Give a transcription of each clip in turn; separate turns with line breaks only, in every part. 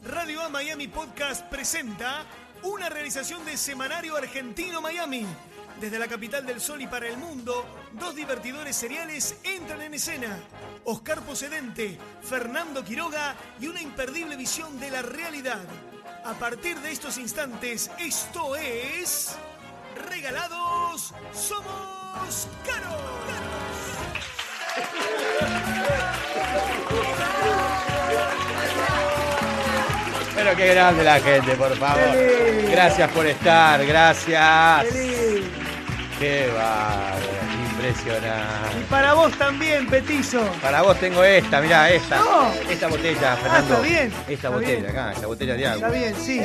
Radio A Miami Podcast presenta una realización de Semanario Argentino Miami. Desde la capital del sol y para el mundo, dos divertidores seriales entran en escena. Oscar Posedente, Fernando Quiroga y una imperdible visión de la realidad. A partir de estos instantes, esto es... Regalados somos caros.
Pero qué grande la gente, por favor.
Feliz.
Gracias por estar, gracias.
Feliz.
Qué bárbaro, impresionante.
Para vos también, Petizo.
Para vos tengo esta, mirá, esta.
No. Ah,
Esta botella, Fernando.
está bien,
Esta
está
botella,
bien.
acá, esta botella de
Está
agua.
bien, sí.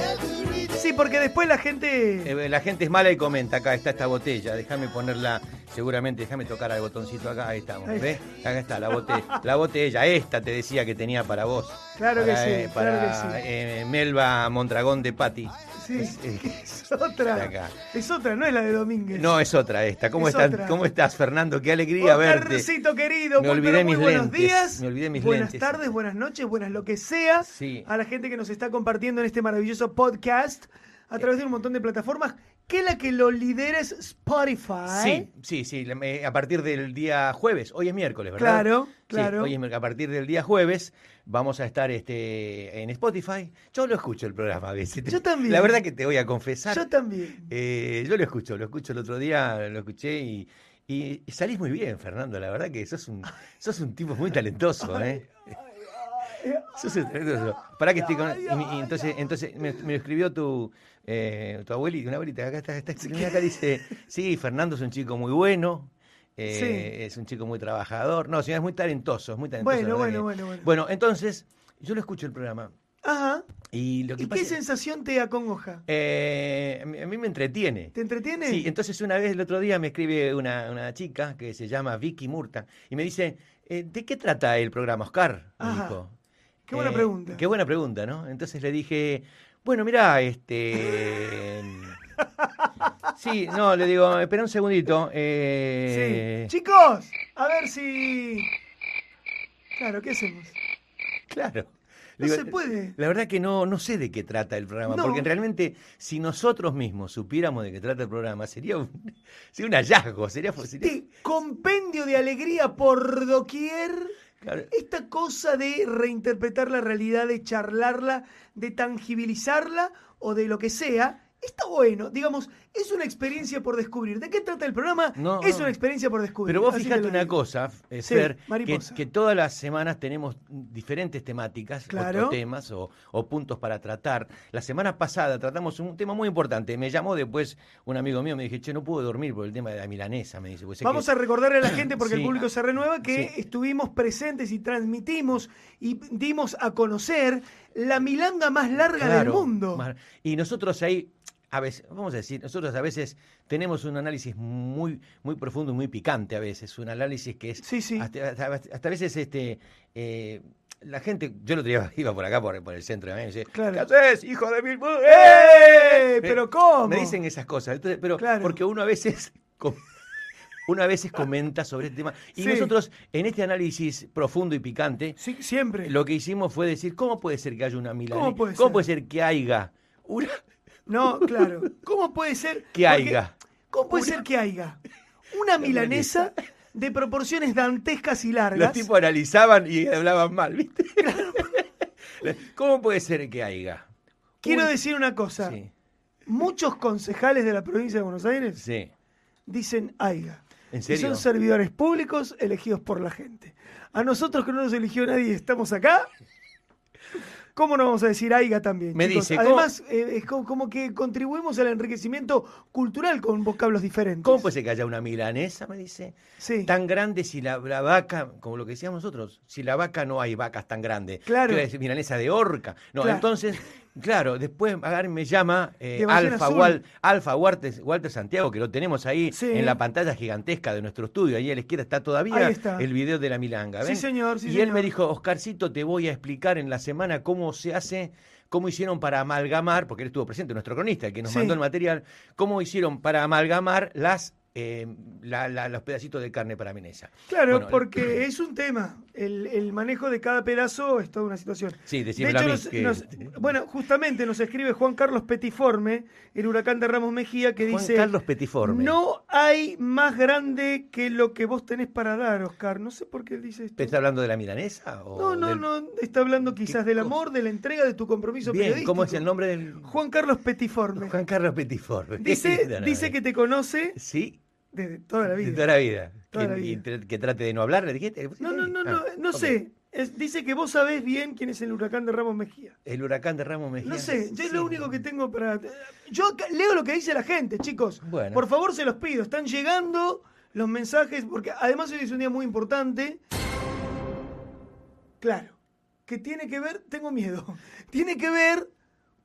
Sí, porque después la gente...
Eh, La gente es mala y comenta, acá está esta botella, déjame ponerla, seguramente, déjame tocar al botoncito acá, ahí estamos,
Ahí.
¿ves? Acá está, la botella, la botella, esta te decía que tenía para vos.
Claro que
Para,
sí,
eh,
claro
para,
que sí.
eh, Melba Mondragón de Pati.
Sí,
es- es-
es otra.
acá.
Es otra, no es la de Domínguez.
No, es otra esta. ¿Cómo,
Es
están-
otra.
¿Cómo estás, Fernando? Qué alegría verte.
Oscarcito querido,
Me
muy,
olvidé
pero muy
mis
buenos
lentes,
días.
me olvidé mis
buenas
lentes.
tardes, buenas noches, buenas lo que sea.
Sí.
A la gente que nos está compartiendo en este maravilloso podcast a través de un montón de plataformas, que la que lo lidera es Spotify.
Sí, sí, sí. la- me- A partir del día jueves, hoy es miércoles, ¿verdad?
Claro,
Sí,
claro.
hoy es miércoles. a partir del día jueves vamos a estar este, en Spotify. Yo lo escucho el programa a veces.
Yo también.
La verdad que te voy a confesar.
Yo también.
Eh, yo lo escucho, lo escucho el otro día, lo escuché y, y salís muy bien, Fernando. La verdad que sos un, sos un tipo muy talentoso, ¿eh? Sos un talentoso. Pará que estoy con. y mi- y entonces, entonces me, me lo escribió tu, eh, tu abuelita, una abuelita, acá está, está escribiendo, acá dice, sí, Fernando es un chico muy bueno. eh,
Sí.
Es un chico muy trabajador. No, señor, es muy talentoso, es muy talentoso. la
Bueno,
verdad
bueno,
que-
bueno, bueno.
Bueno, entonces, yo lo escucho el programa.
Ajá.
Y lo que
¿Y
pasa
qué
es-
sensación te acongoja?
eh, a mí- a mí me entretiene.
¿Te entretiene?
Sí, entonces una vez el otro día me escribe una, una chica que se llama Vicky Murta y me dice, eh, ¿de qué trata el programa Oscar? Me
Ajá.
dijo.
Qué buena
Eh,
pregunta.
Qué buena pregunta, ¿no? Entonces le dije, bueno, mirá, este... Sí, no, le digo, espera un segundito. eh,
Sí. Chicos, a ver si. Claro, ¿qué hacemos?
Claro.
No
Digo, eh,
se puede.
La verdad que no, no sé de qué trata el programa,
No.
porque realmente si nosotros mismos supiéramos de qué trata el programa, sería un, sería un hallazgo, sería... sería-
Este compendio de alegría por doquier.
claro.
Esta cosa de reinterpretar la realidad, de charlarla, de tangibilizarla o de lo que sea, está bueno. Digamos, es una experiencia por descubrir. ¿De qué trata el programa?
No,
es
no.
una experiencia por descubrir.
Pero vos
Así te
fijate
lo
una
digo.
cosa, eh,
Sí,
Fer, que,
mariposa.
que todas las semanas tenemos diferentes temáticas, o-
Claro.
o temas o, o puntos para tratar. La semana pasada tratamos un tema muy importante. Me llamó después un amigo mío, me dije, che, no puedo dormir por el tema de la milanesa. Me dice, pues sé que-
Vamos a recordarle a la gente, porque el
Sí.
público se renueva, que
Sí.
estuvimos presentes y transmitimos y dimos a conocer la milanga más larga del
Claro,
mundo.
mar- Y nosotros ahí, a veces, vamos a decir, nosotros a veces tenemos un análisis muy, muy profundo y muy picante a veces, un análisis que es
Sí, sí.
Hasta, hasta- hasta a veces este, eh, la gente, yo lo día iba por acá, por, por el centro, de me dice,
Claro.
¿qué haces, hijo de mil... mu-
¡Eh!
eh?"
¿Pero cómo?
Me dicen esas cosas, entonces, pero
Claro.
porque uno a veces... com- Uno a veces comenta sobre este tema. Y
Sí.
nosotros, en este análisis profundo y picante,
Sí, siempre.
lo que hicimos fue decir, ¿cómo puede ser que haya una milanesa?
¿Cómo puede ser?
que haya una
No, claro. ¿Cómo puede ser
que
porque-
haya?
¿Cómo puede ser que haya una milanesa de proporciones dantescas y largas?
Los tipos analizaban y hablaban mal, ¿viste? ¿Cómo puede ser que haya?
Quiero
un-
decir una cosa.
Sí,
Muchos concejales de la provincia de Buenos Aires
sí.
dicen AIGA.
¿En
Y
serio?
son servidores públicos elegidos por la gente. A nosotros que no nos eligió nadie estamos acá. ¿Cómo no vamos a decir AIGA también?
Me
chicos?
dice, ¿cómo-
Además, eh, es co- como que contribuimos al enriquecimiento cultural con vocablos diferentes.
¿Cómo puede ser que haya una milanesa, me dice?
Sí.
Tan grande si la, la vaca, como lo que decíamos nosotros, si la vaca no hay vacas tan grandes.
Claro.
¿Qué va a decir? milanesa de orca. No,
Claro.
entonces, claro, después agarra y me llama eh,
De ballena
Alfa,
azul.
Wal- Alfa Walter, Walter Santiago, que lo tenemos ahí
Sí.
en la pantalla gigantesca de nuestro estudio. Ahí a la izquierda está todavía
Ahí está.
el video de la milanga.
Sí,
¿ven?
señor, sí,
y él
señor.
me dijo, Oscarcito, te voy a explicar en la semana cómo se hace, cómo hicieron para amalgamar, porque él estuvo presente, nuestro cronista, el que nos
Sí.
mandó el material, cómo hicieron para amalgamar las... eh, la- la- los pedacitos de carne para milanesa.
Claro,
Bueno,
porque es un tema. El, el manejo de cada pedazo es toda una situación.
Sí,
De
decímelo
hecho,
a mí.
nos-
que-
nos- Bueno, justamente nos escribe Juan Carlos Petiforme, el huracán de Ramos Mejía, que
Juan
dice...
Carlos Petiforme.
No hay más grande que lo que vos tenés para dar, Oscar. No sé por qué dice
¿Te
esto.
está hablando de la milanesa? O
No, no,
del-
no. Está hablando quizás del
cosa?
amor, de la entrega, de tu compromiso
Bien,
periodístico.
¿cómo es el nombre del
Juan Carlos Petiforme.
Juan Carlos Petiforme?
Dice,
Mira,
dice que te conoce
Sí,
desde toda la
de
vida.
toda la vida.
Toda
que,
la
y
vida.
tra- que trate de no hablar, ¿le dijiste? ¿Le
No,
pusiste
no,
ahí?
no, no,
Ah,
no
ok.
sé. Es- dice que vos sabés bien quién es el huracán de Ramos Mejía.
El huracán de Ramos Mejía.
No sé, yo es lo
Sí.
único que tengo para... eh, Yo ca- leo lo que dice la gente, chicos.
Bueno.
Por favor, se los pido. Están llegando los mensajes, porque además hoy es un día muy importante. Claro, que tiene que ver, tengo miedo, tiene que ver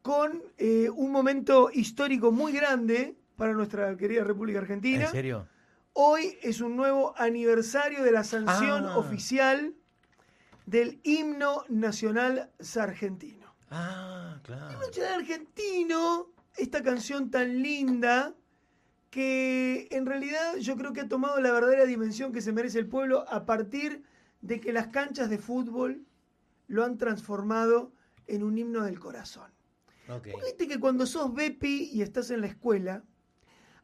con eh, un momento histórico muy grande para nuestra querida República Argentina.
¿En serio?
Hoy es un nuevo aniversario de la sanción
Ah.
oficial del himno nacional argentino.
Ah, claro.
El himno nacional argentino, esta canción tan linda, que en realidad yo creo que ha tomado la verdadera dimensión que se merece el pueblo a partir de que las canchas de fútbol lo han transformado en un himno del corazón.
Ok.
Viste que cuando sos Bepi y estás en la escuela,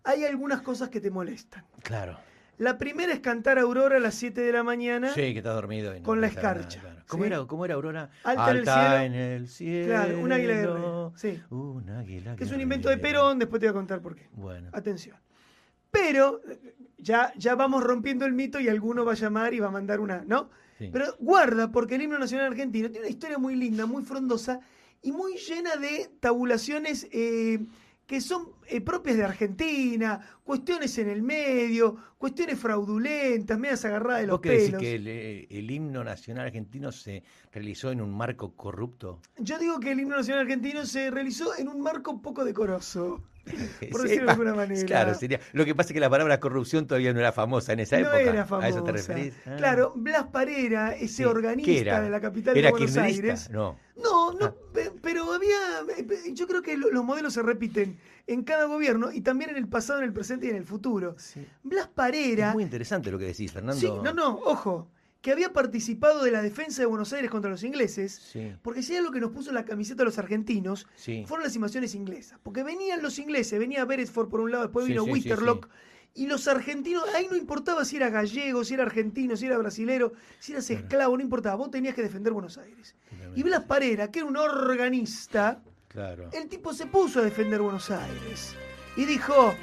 hay algunas cosas que te molestan.
Claro.
La primera es cantar Aurora a las 7 de la mañana.
Sí, que está dormido. y no
Con la
presta nada,
escarcha,
claro. ¿Cómo,
¿sí?
era, ¿Cómo era Aurora?
Alta en el cielo.
en el cielo.
Claro, un águila guerrera. Sí.
Un águila
Que es un invento de
guerrera.
Perón, Ah, después te voy a contar por qué.
Bueno.
Atención. Pero eh, ya, ya vamos rompiendo el mito y alguno va a llamar y va a mandar una, ¿no?
sí.
Pero guarda, porque el himno nacional argentino tiene una historia muy linda, muy frondosa y muy llena de tabulaciones eh, que son eh, propias de Argentina, cuestiones en el medio, cuestiones fraudulentas, medias agarradas de los
¿Vos qué decís
pelos.
que el, eh, el himno nacional argentino se realizó en un marco corrupto?
Yo digo que el himno nacional argentino se realizó en un marco poco decoroso. Por decirlo
Eh, Sí,
de
va,
alguna manera.
Claro, sería. Lo que pasa es que la palabra corrupción todavía no era famosa en esa
no
época.
era
¿A eso
famosa.
te referís? Ah,
Claro, Blas Parera, ese
sí. ¿Qué
organista
era?
de la capital
¿Era
de Buenos
kirchnerista?
Aires.
No.
No, no,
Ah.
pe- pero había. pe- Yo creo que lo- los modelos se repiten en cada gobierno y también en el pasado, en el presente y en el futuro. Blas Parera.
Es muy interesante lo que decís, Fernando.
Sí, no, no, ojo, que había participado de la defensa de Buenos Aires contra los ingleses,
Sí,
porque si era lo que nos puso la camiseta a los argentinos,
sí.
fueron las invasiones inglesas. Porque venían los ingleses, venía Beresford por un lado, después
Sí,
vino
sí, sí,
Wisterlock. Y los argentinos, ahí no importaba si era gallego, si era argentino, si era brasilero, si eras
Claro.
esclavo, no importaba. Vos tenías que defender Buenos Aires. Y Blas Parera, que era un organista,
Claro.
el tipo se puso a defender Buenos Aires. Y dijo,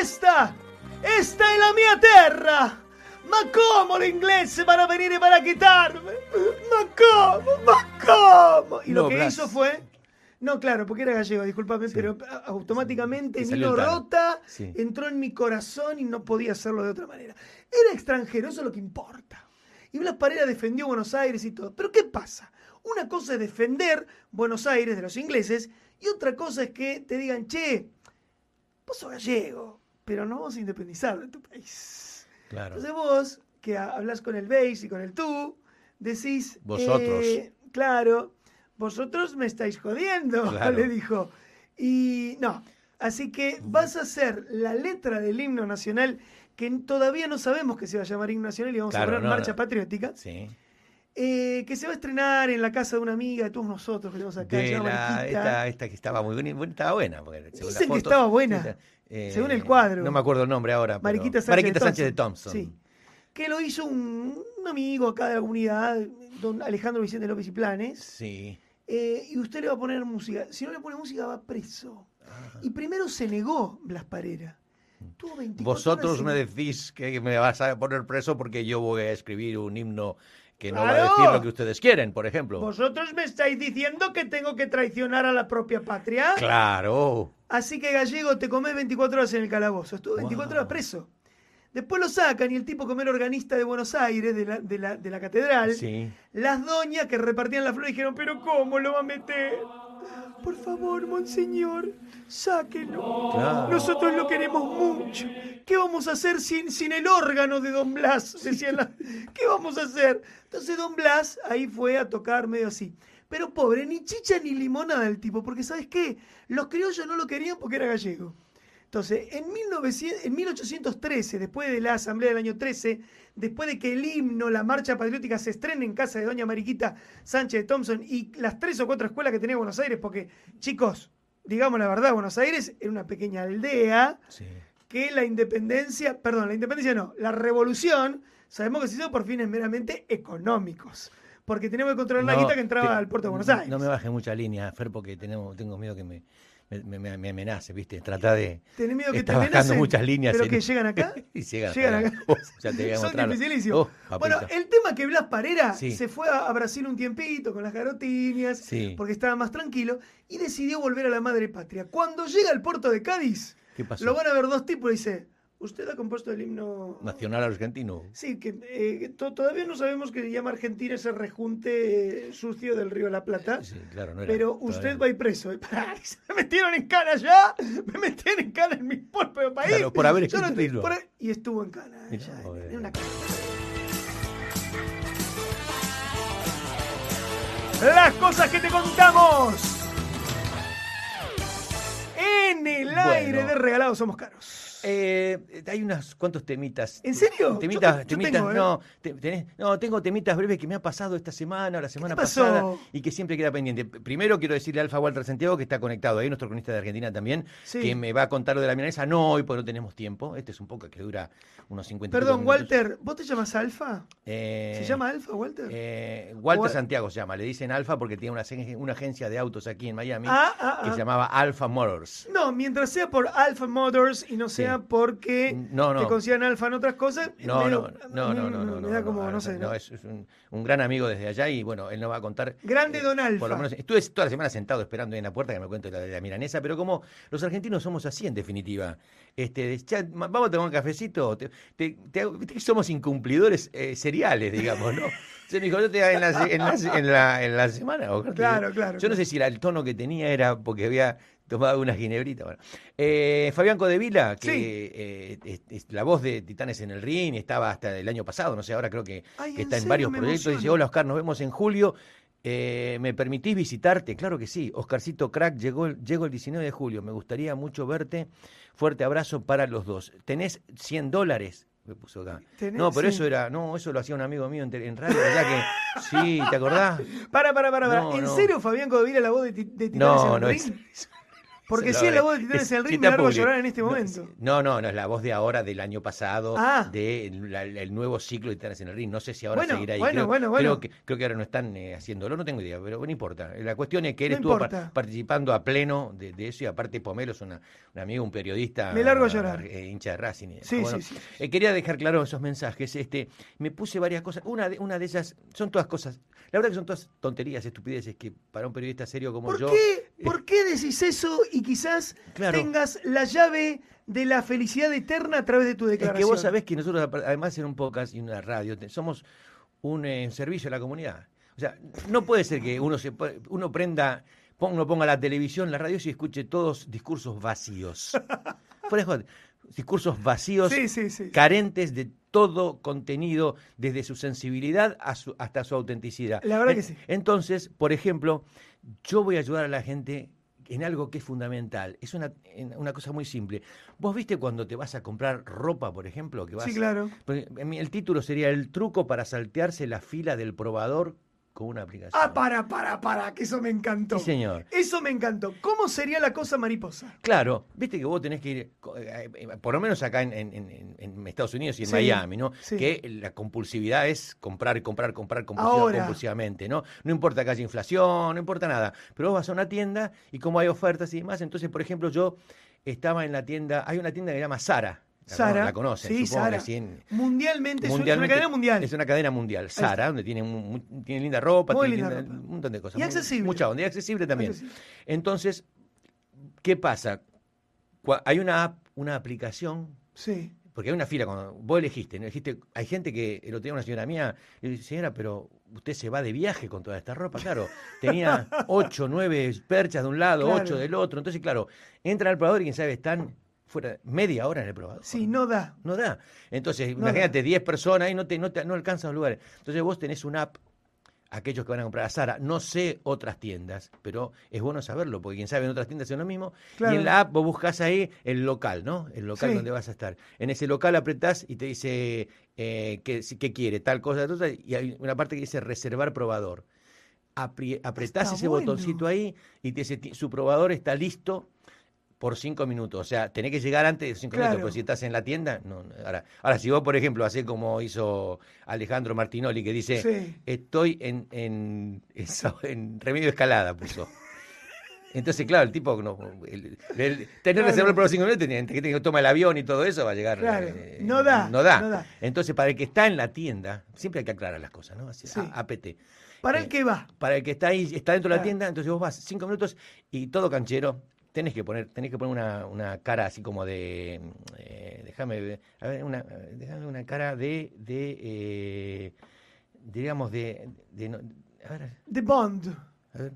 esta, esta es la mia tierra. Ma cómo los ingleses van a venir para quitarme. Ma cómo, ma cómo. Y lo
No,
que
Blas.
hizo fue... No, claro, porque era gallego, discúlpame,
Sí.
pero a- automáticamente
Te salió
Nino
el tano.
Rota
Sí.
entró en mi corazón y no podía hacerlo de otra manera. Era extranjero, eso es lo que importa. Y Blas Parera defendió Buenos Aires y todo. Pero ¿qué pasa? Una cosa es defender Buenos Aires de los ingleses y otra cosa es que te digan, che, vos sos gallego, pero nos vamos a independizar de tu país.
Claro.
Entonces vos, que ha- hablas con el beis y con el tú, decís...
Vosotros.
eh, claro, vosotros me estáis jodiendo,
Claro.
le dijo. Y no, así que vas a hacer la letra del himno nacional, que todavía no sabemos que se va a llamar himno nacional y vamos
Claro,
a poner
no,
marcha
no.
patriótica,
Sí.
eh, que se va a estrenar en la casa de una amiga de todos nosotros que tenemos acá.
De
allá,
la,
Marquita.
esta, esta que estaba muy buena, bueno, estaba buena. porque según la
Dicen que
foto-
estaba buena,
sí, está- eh,
según el cuadro.
No me acuerdo el nombre ahora. pero-
Mariquita Sánchez,
Mariquita
de
Sánchez de Thompson.
Sí. Que lo hizo un, un amigo acá de la comunidad, don Alejandro Vicente López y Planes.
Sí.
eh, y usted le va a poner música. Si no le pone música, va preso.
Ah.
Y primero se negó Blas Parera. Tuvo 24 horas
Vosotros
en-
me decís que me vas a poner preso porque yo voy a escribir un himno que no va
¡Claro!
a decir lo que ustedes quieren, por ejemplo.
Vosotros me estáis diciendo que tengo que traicionar a la propia patria.
Claro.
Así que gallego, te comes 24 horas en el calabozo. Estuvo 24
Wow.
horas preso. Después lo sacan y el tipo comer organista de Buenos Aires, de la, de la- de la catedral.
Sí.
Las doñas que repartían las flores dijeron, pero ¿cómo lo va a meter? Por favor, monseñor, sáquelo.
Claro.
Nosotros lo queremos mucho. ¿Qué vamos a hacer sin, sin el órgano de Don Blas? Decían la- ¿Qué vamos a hacer? Entonces Don Blas ahí fue a tocar medio así. Pero pobre, ni chicha ni limonada el tipo, porque ¿sabes qué? Los criollos no lo querían porque era gallego. Entonces, en, 1900 en 1813, después de la asamblea del año 13, después de que el himno, la marcha patriótica se estrene en casa de doña Mariquita Sánchez de Thompson y las tres o cuatro escuelas que tenía Buenos Aires, porque, chicos, digamos la verdad, Buenos Aires era una pequeña aldea
Sí.
que la independencia, perdón, la independencia no, la revolución, sabemos que se hizo por fines meramente económicos, porque teníamos que controlar la
No,
guita que entraba
te-
al puerto de Buenos Aires.
No me bajes mucha línea, Fer, porque tenemos, tengo miedo que me, me, me- me amenace, ¿viste? Trata de.
Tenés miedo que
Está
te
bajando
amenacen,
muchas líneas.
Pero
en-
que llegan acá.
y llegan,
llegan
hasta
acá.
Oh, ya te voy a
Son
mostrar.
dificilísimos.
Oh, papito.
bueno, eh, el tema que Blas Parera
Sí.
se fue a, a Brasil un tiempito con las garotinias,
Sí.
porque estaba más tranquilo, y decidió volver a la madre patria. Cuando llega al puerto de Cádiz,
¿Qué pasó?
lo van a ver dos tipos y dice, ¿usted ha compuesto el himno
Nacional argentino.
Sí, que eh, to- todavía no sabemos que se llama Argentina ese rejunte eh, sucio del río La Plata.
Sí, claro, no era.
Pero
todavía
usted
no.
va a ir preso. Y pará, y se me metieron en cana ya. Me metieron en cana en mi propio país.
Claro, por haber
Yo no
escrito el libro.
por- Y estuvo en cana.
Mirá, eh.
ya,
joder.
en una cana. Las cosas que te contamos. En el
Bueno.
aire de regalados somos caros.
Eh, hay unos cuantos temitas.
¿En serio?
Temitas,
Yo te- yo
temitas,
tengo, ¿eh?
no, te- tenés- no, tengo temitas breves que me han pasado esta semana o la semana
te pasó?
pasada y que siempre queda pendiente. P- Primero quiero decirle a Alfa Walter Santiago que está conectado ahí, nuestro cronista de Argentina también,
Sí.
que me va a contar lo de la milanesa. No hoy, porque no tenemos tiempo. Este es un poco que dura unos 50
Perdón,
minutos.
Walter, ¿vos te llamas Alfa?
Eh,
¿Se llama Alfa, Walter?
eh, Walter
Wal-
Santiago se llama, le dicen Alfa porque tiene una, agen- una agencia de autos aquí en Miami
Ah, ah,
que
ah.
se llamaba Alfa Motors.
No, mientras sea por Alfa Motors y no sea
Sí.
porque
No, no.
te consideran Alfa en otras cosas.
No,
medio-
no, no, no, no,
mm,
no,
Me da
no,
como,
no,
no, sé.
no,
¿no?
es, es un, un gran amigo desde allá y bueno, él nos va a contar. eh,
Grande Don Alfa.
Por lo menos estuve toda la semana sentado esperando ahí en la puerta que me cuente la de la milanesa, pero como los argentinos somos así en definitiva. Este, ya, ma- vamos a tomar un cafecito. Te, te- te hago- viste que somos incumplidores eh, seriales, digamos, ¿no? Se me dijo, yo te en la, se- en la se- en la- en la semana. Oscar, te-
Claro, claro,
Yo no
claro.
sé si era el tono que tenía era porque había tomado una ginebrita. bueno. Eh, Fabián Codevila, que
Sí.
eh, es- es la voz de Titanes en el Ring, estaba hasta el año pasado, no sé, ahora creo que,
Ay,
que
¿en
está en
serio?
varios
Me
proyectos. Dice,
emociona.
hola Oscar, nos vemos en julio. Eh, ¿Me permitís visitarte? Claro que sí. Oscarcito Crack, llegó, el- llego el 19 de julio. Me gustaría mucho verte. Fuerte abrazo para los dos. ¿Tenés 100 dólares? Me puso acá.
Tenés-
No, pero
sí.
eso era, no, eso lo hacía un amigo mío en, tele- en radio, ¿verdad que? Sí, ¿te acordás?
Para, para, para. para.
No,
¿En
no.
serio Fabián Codevila la voz de, ti- de Titanes
No,
en el
no
Ring?
es-
Porque
Se
si es la
lo-
voz de Titanes
es
en el Ring, me
cita
largo a
pública.
llorar en este
No,
momento.
No, no, no, es la voz de ahora, del año pasado,
Ah.
del nuevo ciclo de Titanes en el Ring. No sé si ahora
Bueno,
seguirá ahí.
bueno,
creo,
bueno, bueno.
Creo que, creo que ahora no están eh, haciéndolo, no tengo idea, pero no importa. La cuestión es que él
No
estuvo par-
importa.
participando a pleno de, de eso y aparte Pomelo es una, un amigo, un periodista.
Me largo a llorar.
eh, hincha de Racing. y-
Sí,
bueno,
sí, sí.
eh, quería dejar claro esos mensajes. Este, me puse varias cosas. Una de, una de ellas, son todas cosas. La verdad que son todas tonterías, estupideces que para un periodista serio como
¿Por
yo.
qué, ¿Por qué decís eso y quizás
Claro.
tengas la llave de la felicidad eterna a través de tu
Es
declaración?
que vos sabés que nosotros, apar- además en un podcast y una radio, te- somos un eh, servicio a la comunidad. O sea, no puede ser que uno se po- uno prenda, pon- uno ponga la televisión, la radio y escuche todos discursos vacíos. Fuera de joda, discursos vacíos,
Sí, sí, sí.
carentes de todo contenido, desde su sensibilidad a su- hasta su autenticidad.
La verdad
En-
que sí.
Entonces, por ejemplo, yo voy a ayudar a la gente en algo que es fundamental. Es una, en una cosa muy simple. Vos viste cuando te vas a comprar ropa, por ejemplo, que vas
Sí, claro.
Porque en mi- el título sería el truco para saltearse la fila del probador con una aplicación.
Ah, para, para, para, que eso me encantó.
Sí, señor.
Eso me encantó. ¿Cómo sería la cosa mariposa?
Claro, viste que vos tenés que ir, co- eh, eh, por lo menos acá en, en- en- en Estados Unidos y en
Sí,
Miami, ¿no?
sí.
Que la compulsividad es comprar, comprar, comprar compulsiva-
Ahora.
compulsivamente, ¿no? No importa que haya inflación, no importa nada. Pero vos vas a una tienda y como hay ofertas y demás, entonces, por ejemplo, yo estaba en la tienda, hay una tienda que se llama Sara.
Sara.
La conocen,
Sí,
supongo
Zara.
que sí, en-
Mundialmente, es una-
mundialmente-
es una cadena mundial.
Es una cadena mundial.
está.
Sara, donde tiene, mu- mu- tiene linda ropa,
Muy
tiene
linda
linda-
ropa.
un montón de cosas.
Y
Mu-
accesible.
Mucha onda, y accesible también.
Accesible.
Entonces, ¿qué pasa? Cua- Hay una app, una aplicación,
Sí.
porque hay una fila cuando vos elegiste, ¿no? Elegiste- hay gente que lo tenía una señora mía, y dice, señora, pero usted se va de viaje con toda esta ropa, claro. Tenía ocho, nueve perchas de un lado,
Claro.
ocho del otro. Entonces, claro, entran al probador y quién sabe, están fuera media hora en el probador.
Sí, no da.
No da. Entonces,
No
imagínate 10 personas y no te, no te- no alcanzan los lugares. Entonces vos tenés una app aquellos que van a comprar a Sara. No sé otras tiendas, pero es bueno saberlo, porque quien sabe en otras tiendas es lo mismo.
Claro.
Y en la app vos buscas ahí el local, ¿no? El local
Sí.
donde vas a estar. En ese local apretás y te dice eh, qué, si- qué quiere, tal cosa, tal cosa, y hay una parte que dice reservar probador. Apri- apretás
Está
ese
bueno.
botoncito ahí y te dice, "Ti- su probador está listo por cinco minutos. O sea, tenés que llegar antes de cinco
Claro.
minutos, porque si estás en la tienda, no. no. Ahora, ahora, si vos, por ejemplo, hacés como hizo Alejandro Martinoli, que dice,
Sí.
Estoy en, en, en sa- en remedio de escalada, puso. Entonces, claro, el tipo, no, el- el- tener
Claro.
reservado por los cinco minutos, tiene- que tiene que tomar el avión y todo eso, va a llegar.
Claro,
eh,
no da,
no da.
no da.
Entonces, para el que está en la tienda, siempre hay que aclarar las cosas, ¿no? Así,
Sí.
a- APT.
Para
Eh,
el que va.
Para el que está ahí, está dentro de la
Claro.
tienda, entonces vos vas cinco minutos y todo canchero, tenés que poner, tenés que poner una, una cara así como de, eh, déjame, ver, a ver, una, déjame una cara de, de eh, digamos, de, de no- a ver,
The Bond.
a ver.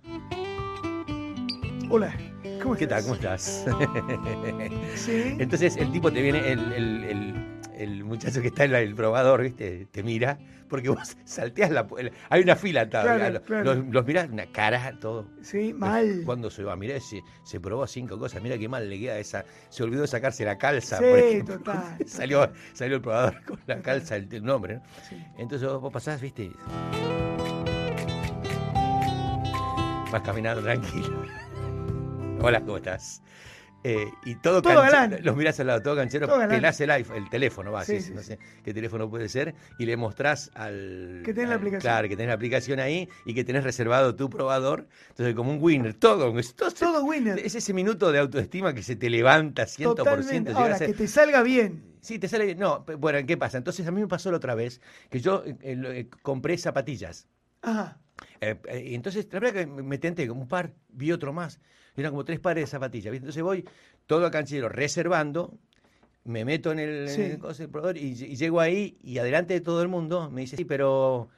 Hola. ¿Cómo
¿Qué tal?
estás?
¿Cómo estás?
Sí.
Entonces el tipo te viene, el, el- el- el muchacho que está en la- el probador, ¿viste? Te mira, porque vos salteás la. pu- Hay una fila, ta-
Claro,
los,
claro.
los- los mirás, una cara, todo.
Sí, mal.
Cuando se va, mirá, se, se probó cinco cosas, mirá qué mal le queda esa. Se olvidó de sacarse la calza. por
Sí,
ejemplo.
total.
Salió, salió el probador con la calza, el, el nombre, ¿no?
Sí.
Entonces vos vos pasás, viste. Vas caminando tranquilo. Hola, ¿cómo estás? Eh, y todo,
Todo
canche-
galán.
Los mirás al lado, todo canchero,
Todo galán.
pelás el, iPhone- el teléfono, va,
Sí,
sí,
sí,
no
sí.
sé qué teléfono puede ser, y le mostrás al.
Que tenés la
al-
aplicación.
Claro, que tenés la aplicación ahí y que tenés reservado tu probador. Entonces, como un winner, todo. es- todo,
Todo winner.
es ese minuto de autoestima que se te levanta 100%.
Totalmente.
llegás
Ahora,
a ser-
que te salga bien.
Sí, te sale bien. No, pe- bueno, ¿qué pasa? Entonces a mí me pasó la otra vez que yo eh, eh, lo- eh, compré zapatillas.
Ajá.
Eh, eh, y entonces, la verdad que me me tenté con un par, vi otro más. Y eran como tres pares de zapatillas. ¿viste? Entonces voy todo a canchero reservando, me meto en el,
Sí.
en el coso del probador y, ll- y llego ahí y adelante de todo el mundo me dice, sí, pero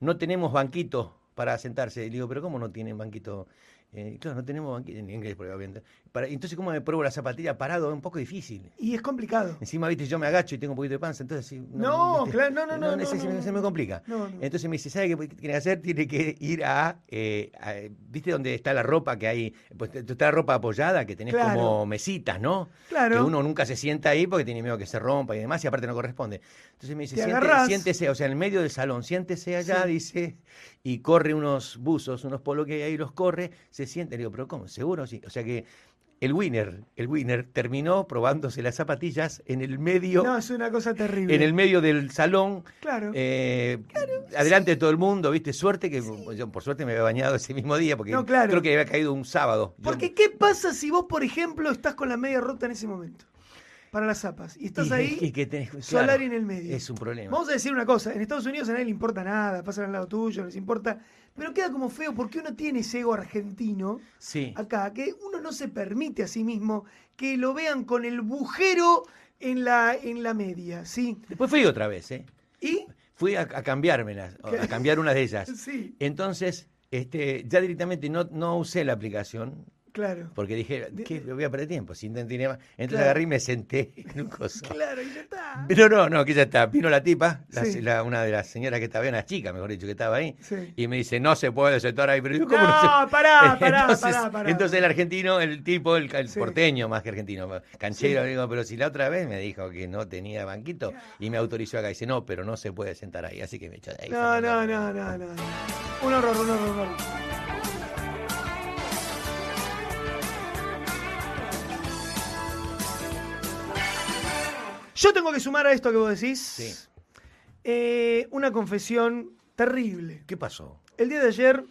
no tenemos banquito para sentarse. Y digo, pero ¿cómo no tienen banquito? Eh, claro, no tenemos banquito en inglés, porque obviamente. Para, entonces, ¿cómo me pruebo la zapatilla parado? Es un poco difícil.
Y es complicado.
Encima, viste, yo me agacho y tengo un poquito de panza, entonces sí.
No,
viste,
claro, no, no, no, no,
se, se me-
no,
se me
no.
complica.
No, no.
Entonces me dice, ¿sabe qué tiene que hacer? Tiene que ir a, eh, a- viste, donde está la ropa que hay, pues te- está la ropa apoyada, que tenés
Claro.
como mesitas, ¿no? Que
Claro.
uno nunca se sienta ahí porque tiene miedo que se rompa y demás, y aparte no corresponde. Entonces me dice,
Te
"Siente-
agarrás".
siéntese, o sea, en el medio del salón, siéntese allá,
Sí.
dice, y corre unos buzos, unos polos que hay ahí, los corre, se siente, le digo, pero ¿cómo? ¿Seguro? Sí. O sea que el winner, el winner terminó probándose las zapatillas en el medio,
No, es una cosa terrible.
en el medio del salón,
Claro.
eh, adelante de todo el mundo, viste, suerte que yo por suerte me había bañado ese mismo día, porque
No, claro.
creo que había caído un sábado. Yo-
Porque, ¿qué pasa si vos, por ejemplo, estás con la media rota en ese momento? Para las zapas. Y estás
y-
ahí,
y que tenés- claro,
Solari en el medio.
Es un problema.
Vamos a decir una cosa, en Estados Unidos a nadie le importa nada, pasan al lado tuyo, no les importa, pero queda como feo porque uno tiene ese ego argentino
Sí.
acá, que uno no se permite a sí mismo que lo vean con el bujero en la, en la media, ¿sí?
Después fui otra vez, ¿eh?
Y,
Fui a, a cambiármelas, o
¿Qué?
a cambiar una de ellas.
sí,
Entonces, este, ya directamente no, no usé la aplicación,
claro,
porque dije,
De-
¿qué? Voy a perder tiempo, si no tenía más. Entonces
Claro.
agarré y me senté en un coso.
claro, y ya está.
Pero no, no, que ya está. Vino la tipa, la-
Sí.
la- una de las señoras que estaba, una chica, mejor dicho, que estaba ahí,
Sí.
y me dice, no se puede sentar ahí. Pero yo,
No,
¿cómo no se
pará, pará,
entonces,
pará, pará.
entonces el argentino, el tipo, el, el
Sí.
porteño más que argentino, canchero,
Sí.
digo, pero si la otra vez me dijo que no tenía banquito y me autorizó acá, dice, no, pero no se puede sentar ahí, así que me echó de ahí.
No,
Fernando.
no, no, no, no. Un horror, un horror, un horror. Yo tengo que sumar a esto que vos decís
Sí.
eh, una confesión terrible.
¿Qué pasó?
El día de ayer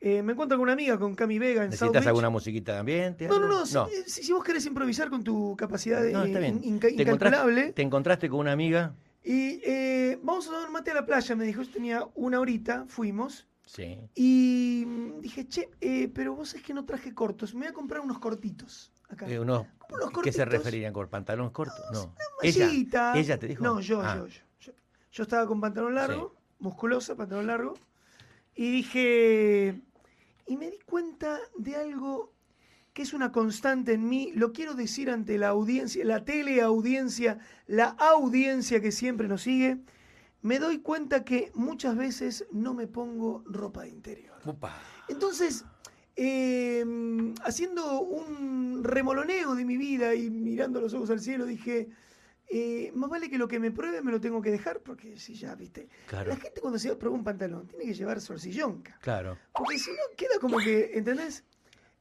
eh, me encuentro con una amiga, con Cami Vega en South
¿Necesitas
Beach.
alguna musiquita de ambiente?
No, no, no.
algo?
si- eh, Si, si vos querés improvisar con tu capacidad
No,
eh,
está bien.
inca-
¿Te encontraste,
incalculable.
te encontraste con una amiga?
Y eh, vamos a tomar mate a la playa, me dijo. Yo tenía una horita, fuimos.
Sí.
Y mm, dije, che, eh, pero vos es que no traje cortos. Me voy a comprar unos cortitos acá.
Eh, unos,
¿Cómo los
¿Qué se
cortitos?
referirían con pantalones cortos? No. Ella,
Mallita.
ella te dijo.
No, yo,
Ah,
yo, yo, yo. Yo estaba con pantalón largo, musculosa, pantalón largo. Y dije. Y me di cuenta de algo que es una constante en mí. Lo quiero decir ante la audiencia, la teleaudiencia, la audiencia que siempre nos sigue. me doy cuenta que muchas veces no me pongo ropa de interior.
Upa.
Entonces, eh, haciendo un remoloneo de mi vida y mirando los ojos al cielo, dije, eh, más vale que lo que me pruebe me lo tengo que dejar, porque si ya, viste,
Claro.
la gente cuando se prueba un pantalón tiene que llevar sorcillonca,
Claro.
porque si no queda como que, ¿entendés?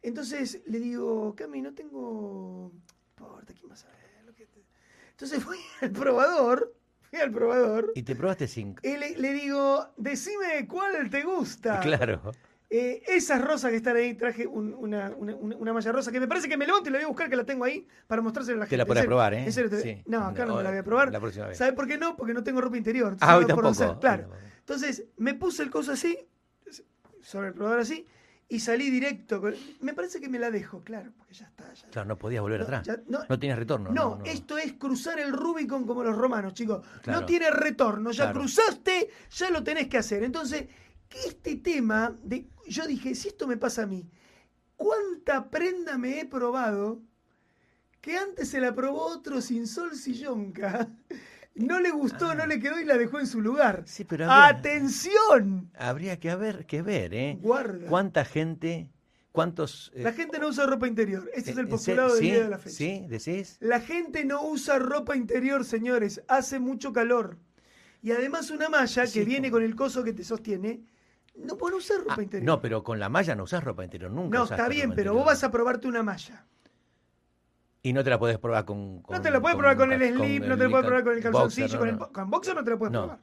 Entonces le digo, Cami, no tengo... No importa, ¿quién va a saber lo que te-?". Entonces fui al probador, fui al probador,
Y te probaste cinco.
y le, le digo, decime cuál te gusta.
Claro.
Eh, esas rosas que están ahí, traje un- una, una- una- una malla rosa que me parece que me levanto y la voy a buscar, que la tengo ahí, para mostrársela a la
Te
gente.
la
En
podrás
serio,
probar, ¿eh?
en serio te-
Sí. eh,
No, acá no, me la voy a
La
probar.
próxima vez.
¿Sabes por qué no? Porque no tengo ropa interior.
Ah, hoy
Entonces no puedo
tampoco.
usar,
Hoy
claro.
tampoco.
Entonces me puse el coso así, sobre el probador así, y salí directo. con- Me parece que me la dejo, claro, porque ya está. ya-
Claro, no podías volver
no,
atrás.
ya- no,
No tenías retorno.
no,
No, no.
esto es cruzar el Rubicon como los romanos, chicos.
Claro.
No tiene retorno, ya
Claro.
cruzaste, ya lo tenés que hacer. Entonces, que este tema de yo dije, si esto me pasa a mí, cuánta prenda me he probado que antes se la probó otro sin sol sillonca. No le gustó,
Ah.
no le quedó y la dejó en su lugar.
Sí, pero habría,
Atención.
habría que haber que ver, ¿eh?
Guarda.
¿Cuánta gente, cuántos eh,
La gente no usa ropa interior. Este es el
¿En serio?
postulado del
Eh, ¿Sí?
día de la fecha.
¿Sí? ¿Decís?
La gente no usa ropa interior, señores. Hace mucho calor. Y además una malla que
Sí,
viene
como-
con el coso que te sostiene, no puede usar ropa
Ah,
interior.
no, pero con la malla no usás ropa interior, nunca.
No,
usaste
está bien,
ropa
pero
interior.
vos vas a probarte una malla.
Y no te la podés probar con.
no te la puedes probar con el slip, no te la puedes probar con el calzoncillo,
boxer, no,
con el
no.
po- con boxer no te la puedes
No.
probar.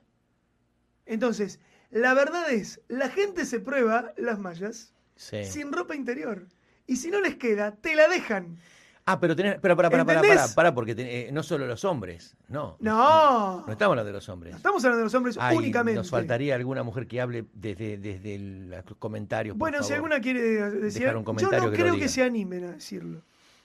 Entonces, la verdad es, la gente se prueba las mallas
Sí.
sin ropa interior. Y si no les queda, te la dejan.
Ah, pero tenés. Pero para, para, para,
¿Entendés?
para, para, porque te- eh, no solo los hombres. No.
No.
No estamos hablando de los hombres.
No estamos hablando de los hombres
Ay,
únicamente.
Nos faltaría alguna mujer que hable desde, desde el- los comentarios. por
Bueno, si
favor.
alguna quiere decir,
Dejar un comentario
yo no
que lo
creo
diga.
que se animen a decirlo.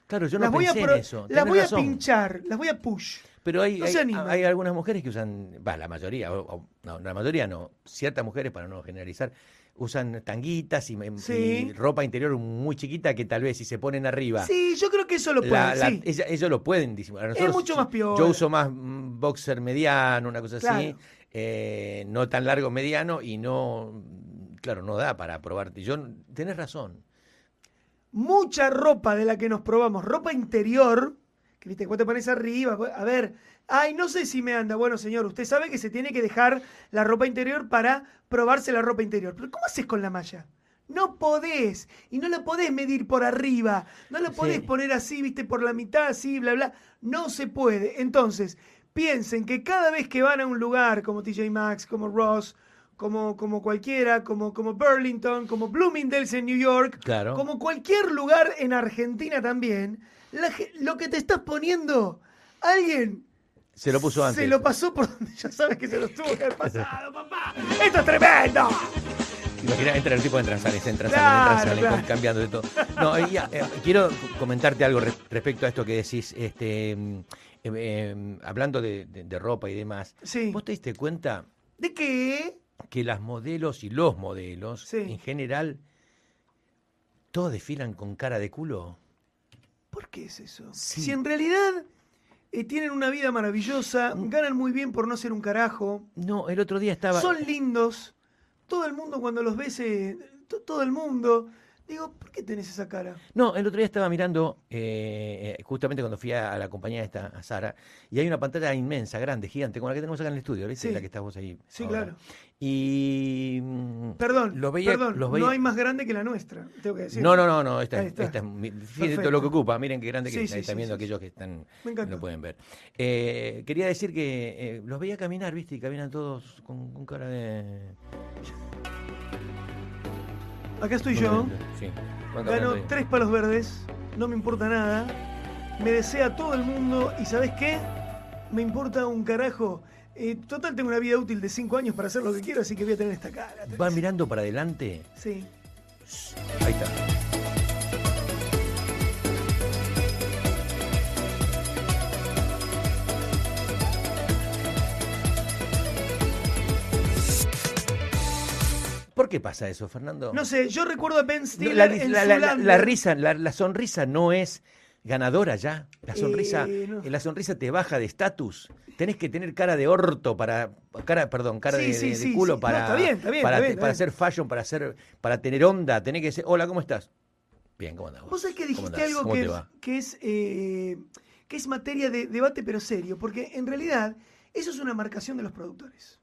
Claro, yo no
las voy a,
pensé
pro-
en eso.
las
tenés
voy a
razón.
pinchar, las voy a push.
Pero hay,
No
hay,
se animan.
hay algunas mujeres que usan, va, la mayoría, o- o- no, la mayoría no, ciertas mujeres, para no generalizar, usan tanguitas y, y
Sí.
ropa interior muy chiquita que tal vez si se ponen arriba,
Sí, yo creo que eso lo pueden,
la- la-
sí.
ella- ellos lo pueden disimular. Nosotros,
mucho más piola.
Yo uso más mm, boxer mediano, una cosa así,
Claro.
eh, no tan largo mediano y no, mm, claro, no da para probarte. Yo, tenés razón.
Mucha ropa de la que nos probamos, ropa interior, que viste, cuando te pones arriba, a ver, ay, no sé si me anda. Bueno, señor, usted sabe que se tiene que dejar la ropa interior para probarse la ropa interior. Pero ¿cómo haces con la malla? No podés, y no la podés medir por arriba, no la podés
Sí.
poner así, viste, por la mitad, así, bla, bla. No se puede. Entonces, piensen que cada vez que van a un lugar como TJ Maxx, como Ross, como, como cualquiera, como, como Burlington, como Bloomingdale's en New York,
Claro.
como cualquier lugar en Argentina también, la ge- lo que te estás poniendo, alguien
Se lo puso antes.
se lo pasó por donde ya sabes que se lo tuvo que haber pasado, papá. ¡Esto es tremendo!
Imagina, entra el tipo de transales, entra,
Claro,
salen, entra, salen,
claro.
con- cambiando de todo. No, y, eh, quiero comentarte algo re- respecto a esto que decís, este, mm, eh, eh, hablando de, de- de ropa y demás.
Sí.
¿Vos te diste cuenta
¿De qué?
que las modelos y los modelos,
Sí.
en general, todos desfilan con cara de culo?
¿Por qué es eso?
Sí.
Si en realidad eh, tienen una vida maravillosa,
Mm.
ganan muy bien por no ser un carajo,
No, el otro día estaba...
son lindos, todo el mundo cuando los ves, eh, to- todo el mundo, digo, ¿por qué tenés esa cara?
No, el otro día estaba mirando, eh, eh, justamente cuando fui a, a la compañía esta, a Sara, y hay una pantalla inmensa, grande, gigante, como la que tenemos acá en el estudio, ¿viste?
Sí.
La que estás vos ahí.
Sí,
ahora.
claro.
Y. mm,
Perdón,
los veía-
perdón,
los veía-
no hay más grande que la nuestra, tengo que decir.
No, no, no, no, esta,
Ahí
es-
está.
esta es mi- fíjense
Perfecto.
todo lo que ocupa, miren qué grande que
Sí,
está,
sí,
están
sí,
viendo
sí,
aquellos que están,
Me
no
encanta.
pueden ver. Eh, quería decir que eh, los veía caminar, viste, y caminan todos con, con cara de...
Acá estoy yo,
Sí, van caminando
gano
bien.
tres palos verdes, no me importa nada, me desea todo el mundo y ¿sabes qué? Me importa un carajo. Eh, total, tengo una vida útil de cinco años para hacer lo que quiero, así que voy a tener esta cara.
Van mirando para adelante,
Sí.
ahí está. ¿Por qué pasa eso, Fernando?
No sé, yo recuerdo a Ben
No,
Stiller
la,
en
la- la- la- la
Zoolander.
risa, la, la sonrisa no es ganadora ya. La sonrisa,
Eh, no.
la sonrisa te baja de estatus. Tenés que tener cara de orto para, cara, perdón, cara
Sí,
de,
sí,
de- de
sí,
culo
sí. No,
para,
está bien, está bien,
para,
está bien, está
para
bien.
hacer fashion, para hacer, para tener onda. Tenés que decir, hola, ¿cómo estás? Bien, ¿cómo andás?
Vos sabés que
¿Cómo
dijiste
andás?
algo
¿Cómo
que
te
es,
va?
que, es, eh, que es materia de debate, pero serio, porque en realidad eso es una marcación de los productores.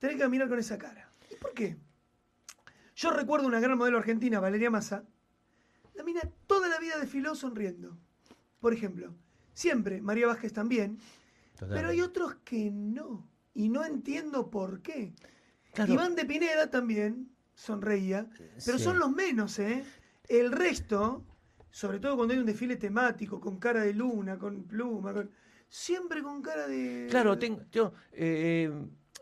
Tenés que mirar con esa cara. ¿Y por qué? Yo recuerdo una gran modelo argentina, Valeria Massa, la mina toda la vida desfiló sonriendo. Por ejemplo, siempre, María Vázquez también, pero hay otros que no. Y no entiendo por qué.
Claro.
Iván de Pineda también sonreía, pero
Sí.
son los menos, ¿eh? El resto, sobre todo cuando hay un desfile temático, con cara de luna, con pluma, con- siempre con cara de...
Claro, tengo, yo, eh,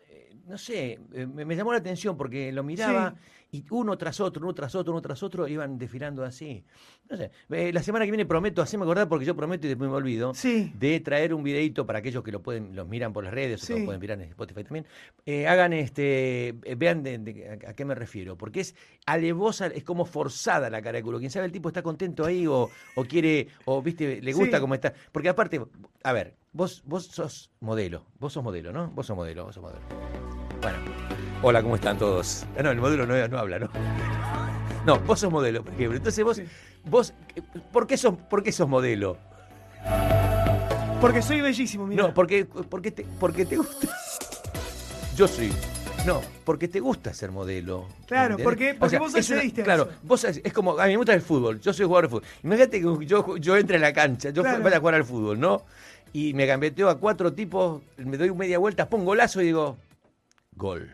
eh, no sé, eh, me, me llamó la atención porque lo miraba y uno tras otro, uno tras otro, uno tras otro iban desfilando así. No sé, eh, la semana que viene prometo, haceme acordar porque yo prometo y después me olvido,
Sí,
de traer un videito para aquellos que lo pueden, los miran por las redes o que
Sí.
lo pueden mirar en Spotify también. Eh, hagan este, eh, vean de- de- a, a qué me refiero, porque es alevosa, es como forzada la cara de culo. Quien sabe el tipo está contento ahí o, o quiere, o viste, le gusta
Sí.
cómo está. Porque aparte, a ver, vos, vos sos modelo, vos sos modelo, ¿no? Vos sos modelo, vos sos modelo. Bueno, hola, ¿cómo están todos? Ah, No, el modelo no, no habla, ¿no? No, vos sos modelo, por ejemplo. Entonces vos,
Sí.
vos, eh, ¿por qué sos, por qué sos modelo?
porque soy bellísimo, mira.
No, porque, porque, te, porque te gusta. Yo sí. No, porque te gusta ser modelo.
Claro,
¿entendés?
porque- porque vos
es una-
accediste a
Claro,
eso.
vos ac- es como, a mí me gusta el fútbol, yo soy jugador de fútbol. Imagínate que yo, yo entre a la cancha, yo
Claro.
voy a jugar al fútbol, ¿no? Y me gambeteo a cuatro tipos, me doy media vuelta, pongo golazo y digo, gol.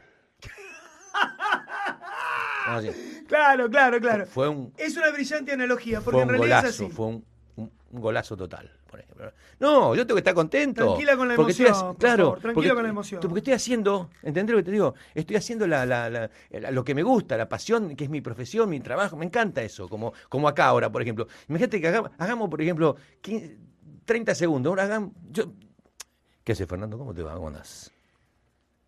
Vamos a decir,
Claro, claro, claro.
Fue un,
Es una brillante analogía, porque
fue
en
un
realidad
golazo,
es así.
fue un, un- un golazo total. por ejemplo. No, yo tengo que estar contento.
Tranquila con la
porque estoy
emoción,
haci-
por
claro,
favor, tranquilo
porque-
con la emoción.
Porque estoy haciendo, ¿entendés lo que te digo? Estoy haciendo la, la- la- la- lo que me gusta, la pasión, que es mi profesión, mi trabajo. Me encanta eso, como, como acá ahora, por ejemplo. Imagínate que haga- hagamos, por ejemplo, 15, 30 segundos. Ahora hagamos, yo- ¿Qué haces, Fernando? ¿Cómo te va? ¿Cómo andás?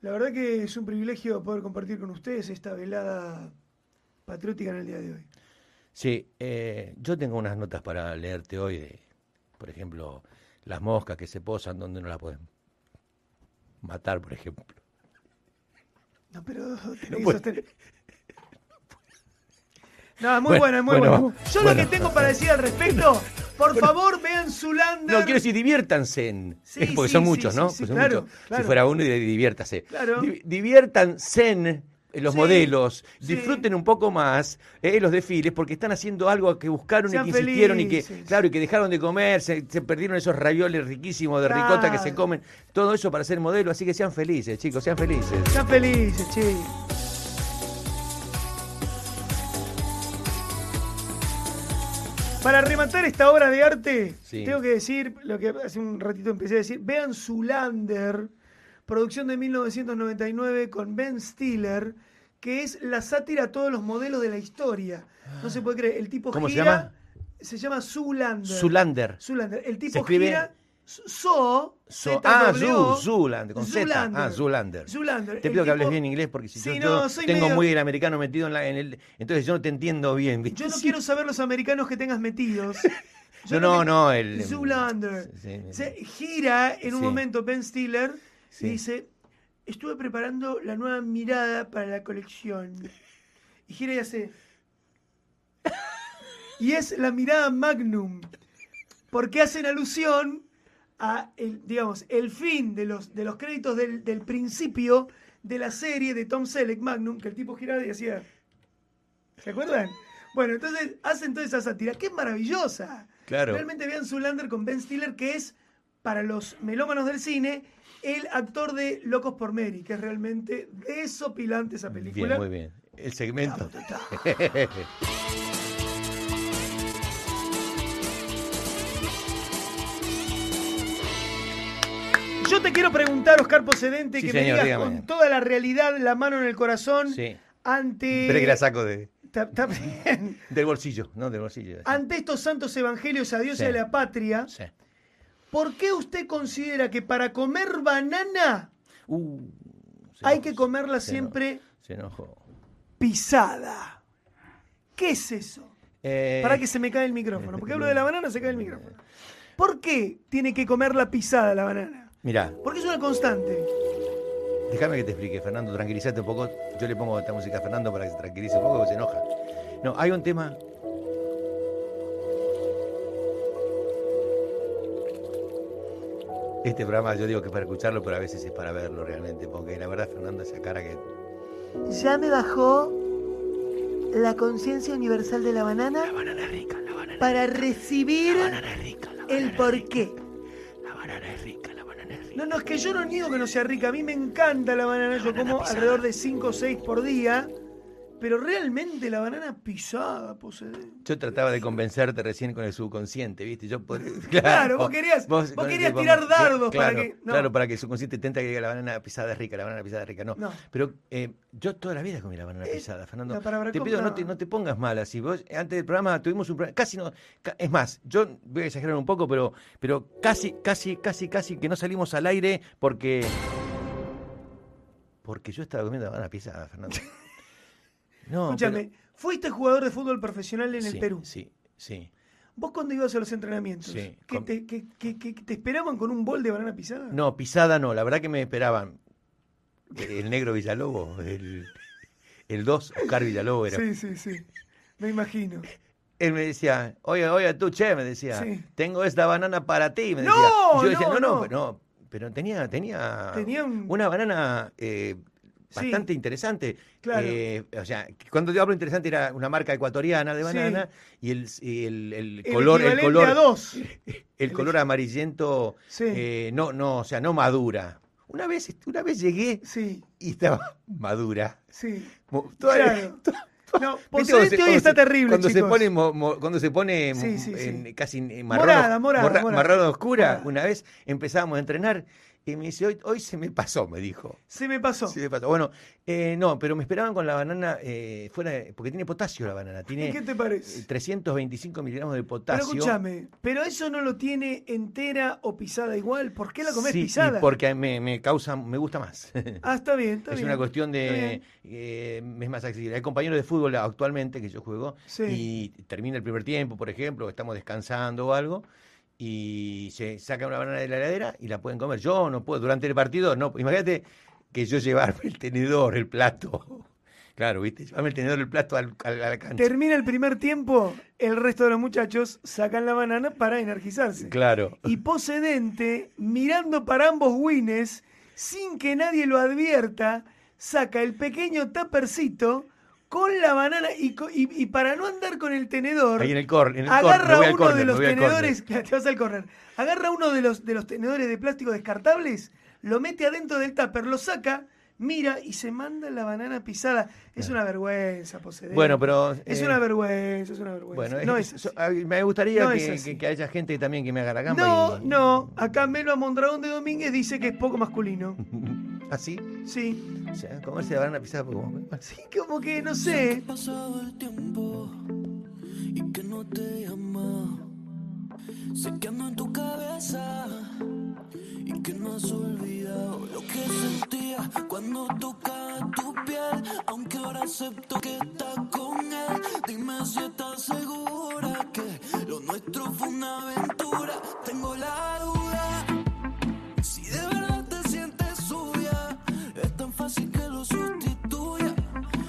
La verdad que es un privilegio poder compartir con ustedes esta velada patriótica en el día de hoy.
Sí, eh, yo tengo unas notas para leerte hoy de, por ejemplo, las moscas que se posan donde no las pueden matar, por ejemplo.
No, pero tenés que
puede.
sostener. No, es muy
Bueno,
bueno, es muy bueno.
bueno,
Yo lo
bueno.
que tengo para decir al respecto, por favor vean Zulander.
No, quiero decir, diviértanse. en-
Sí,
es porque
sí,
son
sí,
muchos,
sí,
¿no?
sí,
Porque son
claro,
muchos.
claro.
Si fuera uno, y diviértase.
Claro.
Di- diviértanse en los
Sí,
modelos,
sí.
disfruten un poco más eh, los desfiles, porque están haciendo algo que buscaron
Sean
y que insistieron y que,
felices.
claro, y que dejaron de comer, se, se perdieron esos ravioles riquísimos de ricota que se
Claro.
comen, todo eso para ser modelo, así que sean felices, chicos, sean felices.
Están felices, che. Para rematar esta obra de arte,
Sí.
tengo que decir lo que hace un ratito empecé a decir. Vean Zulander, producción de 1999 con Ben Stiller, que es la sátira a todos los modelos de la historia. No se puede creer. El tipo
¿Cómo se
gira-
llama?
Se llama Zulander.
Zulander.
Zulander. El tipo
Se escribe-
gira. So, Z
So- ah,
W,
Zu- Zulander, con Z. Ah, Zulander.
Zulander.
Te
El
pido que hables
tipo-
bien inglés porque si yo-
Sí,
yo,
no, soy
tengo
medio-
muy el americano metido en, la- en el... Entonces yo no te entiendo bien. ¿viste?
Yo no quiero saber los americanos que tengas metidos.
No,
Yo
no,
que-
no, el. em,
Zoolander.
Sí, sí.
Se gira en un
Sí.
momento Ben Stiller
Sí.
y dice: Estuve preparando la nueva mirada para la colección. Y gira y hace. Y es la mirada Magnum. Porque hacen alusión a el, digamos, el fin de los, de los créditos del, del principio de la serie de Tom Selleck Magnum, que el tipo giraba y hacía. ¿Se acuerdan? Bueno, entonces hacen toda esa sátira, que es maravillosa.
Claro.
Realmente vean Zulander con Ben Stiller, que es, para los melómanos del cine, el actor de Locos por Mary, que es realmente desopilante esa película.
Bien, muy bien. El segmento.
Yo te quiero preguntar, Oscar Procedente,
Sí,
que
señor,
me digas
dígame.
con toda la realidad, la mano en el corazón,
sí.
ante.
Espera que la saco de,
Ta- ta- bien.
del bolsillo, no del bolsillo.
Ante estos santos evangelios a Dios
Sí.
y a la patria,
Sí.
¿por qué usted considera que para comer banana
Uh, se
hay
enojó,
que comerla
se
siempre
enojó, Se enojó.
pisada? ¿Qué es eso?
Eh,
Para que se me cae el micrófono. Porque hablo de la banana, se cae el micrófono. ¿Por qué tiene que comer la pisada la banana?
Mirá,
Porque es una constante.
déjame que te explique, Fernando, tranquilízate un poco. Yo le pongo esta música a Fernando para que se tranquilice un poco, que se enoja. No, hay un tema. Este programa yo digo que es para escucharlo, pero a veces es para verlo realmente, porque la verdad, Fernando, esa cara que
Ya me bajó la conciencia universal de la banana. Para recibir el porqué. No, no, es que yo no niego que no sea rica. A mí me encanta la banana. yo como alrededor de 5 o 6 por día. Pero realmente la banana pisada posee.
Yo trataba de convencerte recién con el subconsciente, ¿viste? Yo podría-
Claro, vos querías- vos
con el
querías
tipo-
tirar dardos para
claro,
que- no.
Claro, para que el subconsciente intenta que diga la banana pisada es rica, la banana pisada es rica. No.
No.
Pero eh, yo toda la vida comí la banana
Eh,
pisada, Fernando.
la palabra
te
com-
pido, no.
no.
te, no te pongas mala. Si vos, eh, antes del programa tuvimos un programa. Casi no. ca- Es más, yo voy a exagerar un poco, pero, pero casi, casi, casi, casi que no salimos al aire porque. Porque yo estaba comiendo banana pisada, Fernando. No,
Escúchame, fuiste jugador de fútbol profesional en
pero-
el
sí,
Perú.
Sí, sí.
Vos cuando ibas a los entrenamientos,
Sí,
que,
com-
te, que- que- que- que te esperaban con un bol de banana pisada?
No, pisada no, la verdad que me esperaban. eh, El negro Villalobos, el, el 2, Oscar Villalobos. era.
Sí, sí, sí. Me imagino.
Él me decía, oye, oye, tú, che, me decía,
Sí.
tengo esta banana para ti. Me
No,
decía. Y Yo decía,
no,
no,
no.
no, pero, no, pero tenía, tenía,
Tenía un-
una banana eh,
Sí.
bastante interesante.
Claro.
Eh, o sea, cuando yo hablo interesante era una marca ecuatoriana de
Sí.
banana y el, y el- el
El
color, el
equivalente
color,
a dos.
el color amarillento,
Sí.
eh, no, no, o sea, no madura. Una vez, una vez llegué
Sí,
y estaba madura.
sí.
Mo-
Claro. No,
¿Viste cuando
Posedente
se-
hoy
cuando
está
se-
terrible,
Cuando
chicos.
se pone, mo- mo- cuando se pone
Sí,
mm,
sí, sí.
en- casi en- en marrón,
Morada, morada,
morra-
morada.
marrón oscura,
Morada.
una vez empezábamos a entrenar y me dice, hoy, hoy se me pasó, me dijo.
Se me pasó.
Se me pasó. Bueno, eh, no, pero me esperaban con la banana eh, fuera, de- porque tiene potasio la banana,
¿Y
tiene
qué
eh,
te parece?
325 miligramos de
Pero
potasio.
escúchame, pero eso no lo tiene entera o pisada igual. ¿Por qué la comés
Sí, y
pisada?
porque me, me causa, me gusta más.
Ah, está bien, está
es
bien.
una cuestión
Está
de.
bien.
eh, es más accesible. Hay compañeros de fútbol actualmente que yo juego
Sí.
y termina el primer tiempo, por ejemplo, estamos descansando o algo, y se saca una banana de la heladera y la pueden comer. Yo no puedo, durante el partido, no. Imagínate que yo llevarme el tenedor, el plato. Claro, ¿viste? Llevarme el tenedor, el plato al- al- a la cancha.
Termina el primer tiempo, el resto de los muchachos sacan la banana para energizarse.
Claro.
Y Posedente, mirando para ambos wines, sin que nadie lo advierta, saca el pequeño tapercito con la banana y, co- y- y para no andar con el tenedor,
Ahí en el cor, en el cor- me
agarra
voy al
uno
córner,
de
me
los
voy al córner.
tenedores, te vas al correr, agarra uno de los, de los tenedores de plástico descartables, lo mete adentro del tupper, lo saca, mira y se manda la banana pisada. Es una vergüenza, Posedente.
Bueno, pero.
Es
eh,
una vergüenza, es una vergüenza.
Bueno,
no
es-
es
yo-
así.
a- me gustaría
No
que,
es así.
que- que haya gente también que me haga la gamba.
No,
y-
no, acá Melo Mondragón de Domínguez dice que es poco masculino.
Así,
Sí,
¿Ah, o sea, comerse la banana pues, pisada como...
sí, como que no sé.
pasado el tiempo y que no te llama. Sé que ando en tu cabeza y que no has olvidado lo que sentía cuando tocaba tu piel. Aunque ahora acepto que estás con él, dime si estás segura que lo nuestro fue una aventura. Tengo la duda. Si de verdad te sientes suya, es tan fácil que lo sustituya.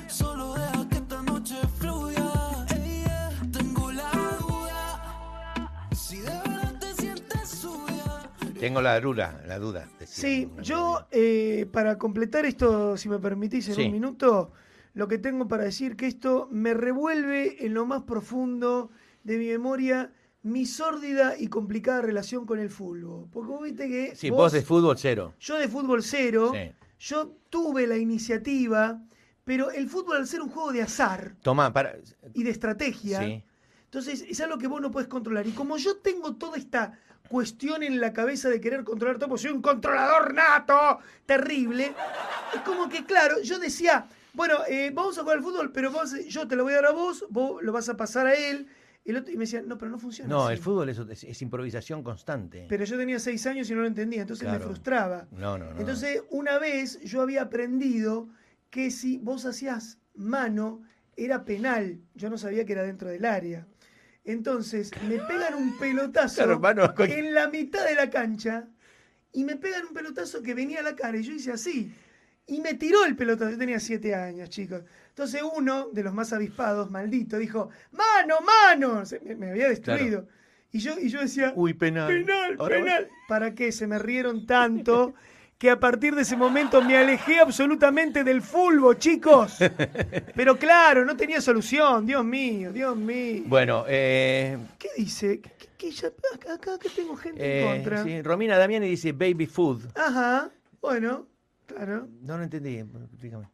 Solo deja que esta noche fluya. Ey, yeah. Tengo la duda. Si de verdad te sientes suya.
Tengo la duda, la duda. decía
Sí,
una
yo
amiga.
eh, para completar esto, si me permitís en
Sí.
un minuto, lo que tengo para decir que esto me revuelve en lo más profundo de mi memoria mi sórdida y complicada relación con el fútbol. Porque vos viste que
Sí,
vos-
vos de fútbol cero.
yo de fútbol cero,
Sí.
yo tuve la iniciativa, pero el fútbol al ser un juego de azar
Tomá, para...
y de estrategia,
Sí,
Entonces, es algo que vos no puedes controlar. Y como yo tengo toda esta cuestión en la cabeza de querer controlar todo, porque soy un controlador nato, terrible, es como que, claro, yo decía, bueno, eh, vamos a jugar al fútbol, pero vos- eh, yo te lo voy a dar a vos, vos lo vas a pasar a él. El otro, y me decían, no, pero no funciona.
No,
así".
el fútbol es, es- es improvisación constante.
Pero yo tenía seis años y no lo entendía, entonces me
Claro.
frustraba.
No, no, no.
Entonces, una vez yo había aprendido que si vos hacías mano era penal. Yo no sabía que era dentro del área. Entonces, me pegan un pelotazo
Claro, hermano, con-
en la mitad de la cancha y me pegan un pelotazo que venía a la cara y yo hice así. Y me tiró el pelotazo. Yo tenía siete años, chicos. Entonces uno de los más avispados, maldito, dijo, mano, mano. Se- me, me había destruido. Y, yo, y yo decía,
Uy, penal.
penal,
Ahora
penal. ¿Para qué? Se me rieron tanto que a partir de ese momento me alejé absolutamente del fútbol, chicos. Pero claro, no tenía solución. Dios mío, Dios mío.
Bueno, eh,
¿Qué dice? ¿Qué, qué- qué- ya- acá, acá que tengo gente
eh,
en contra.
sí, Romina Damiani dice baby food.
Ajá, bueno, claro.
No lo entendí, explícame.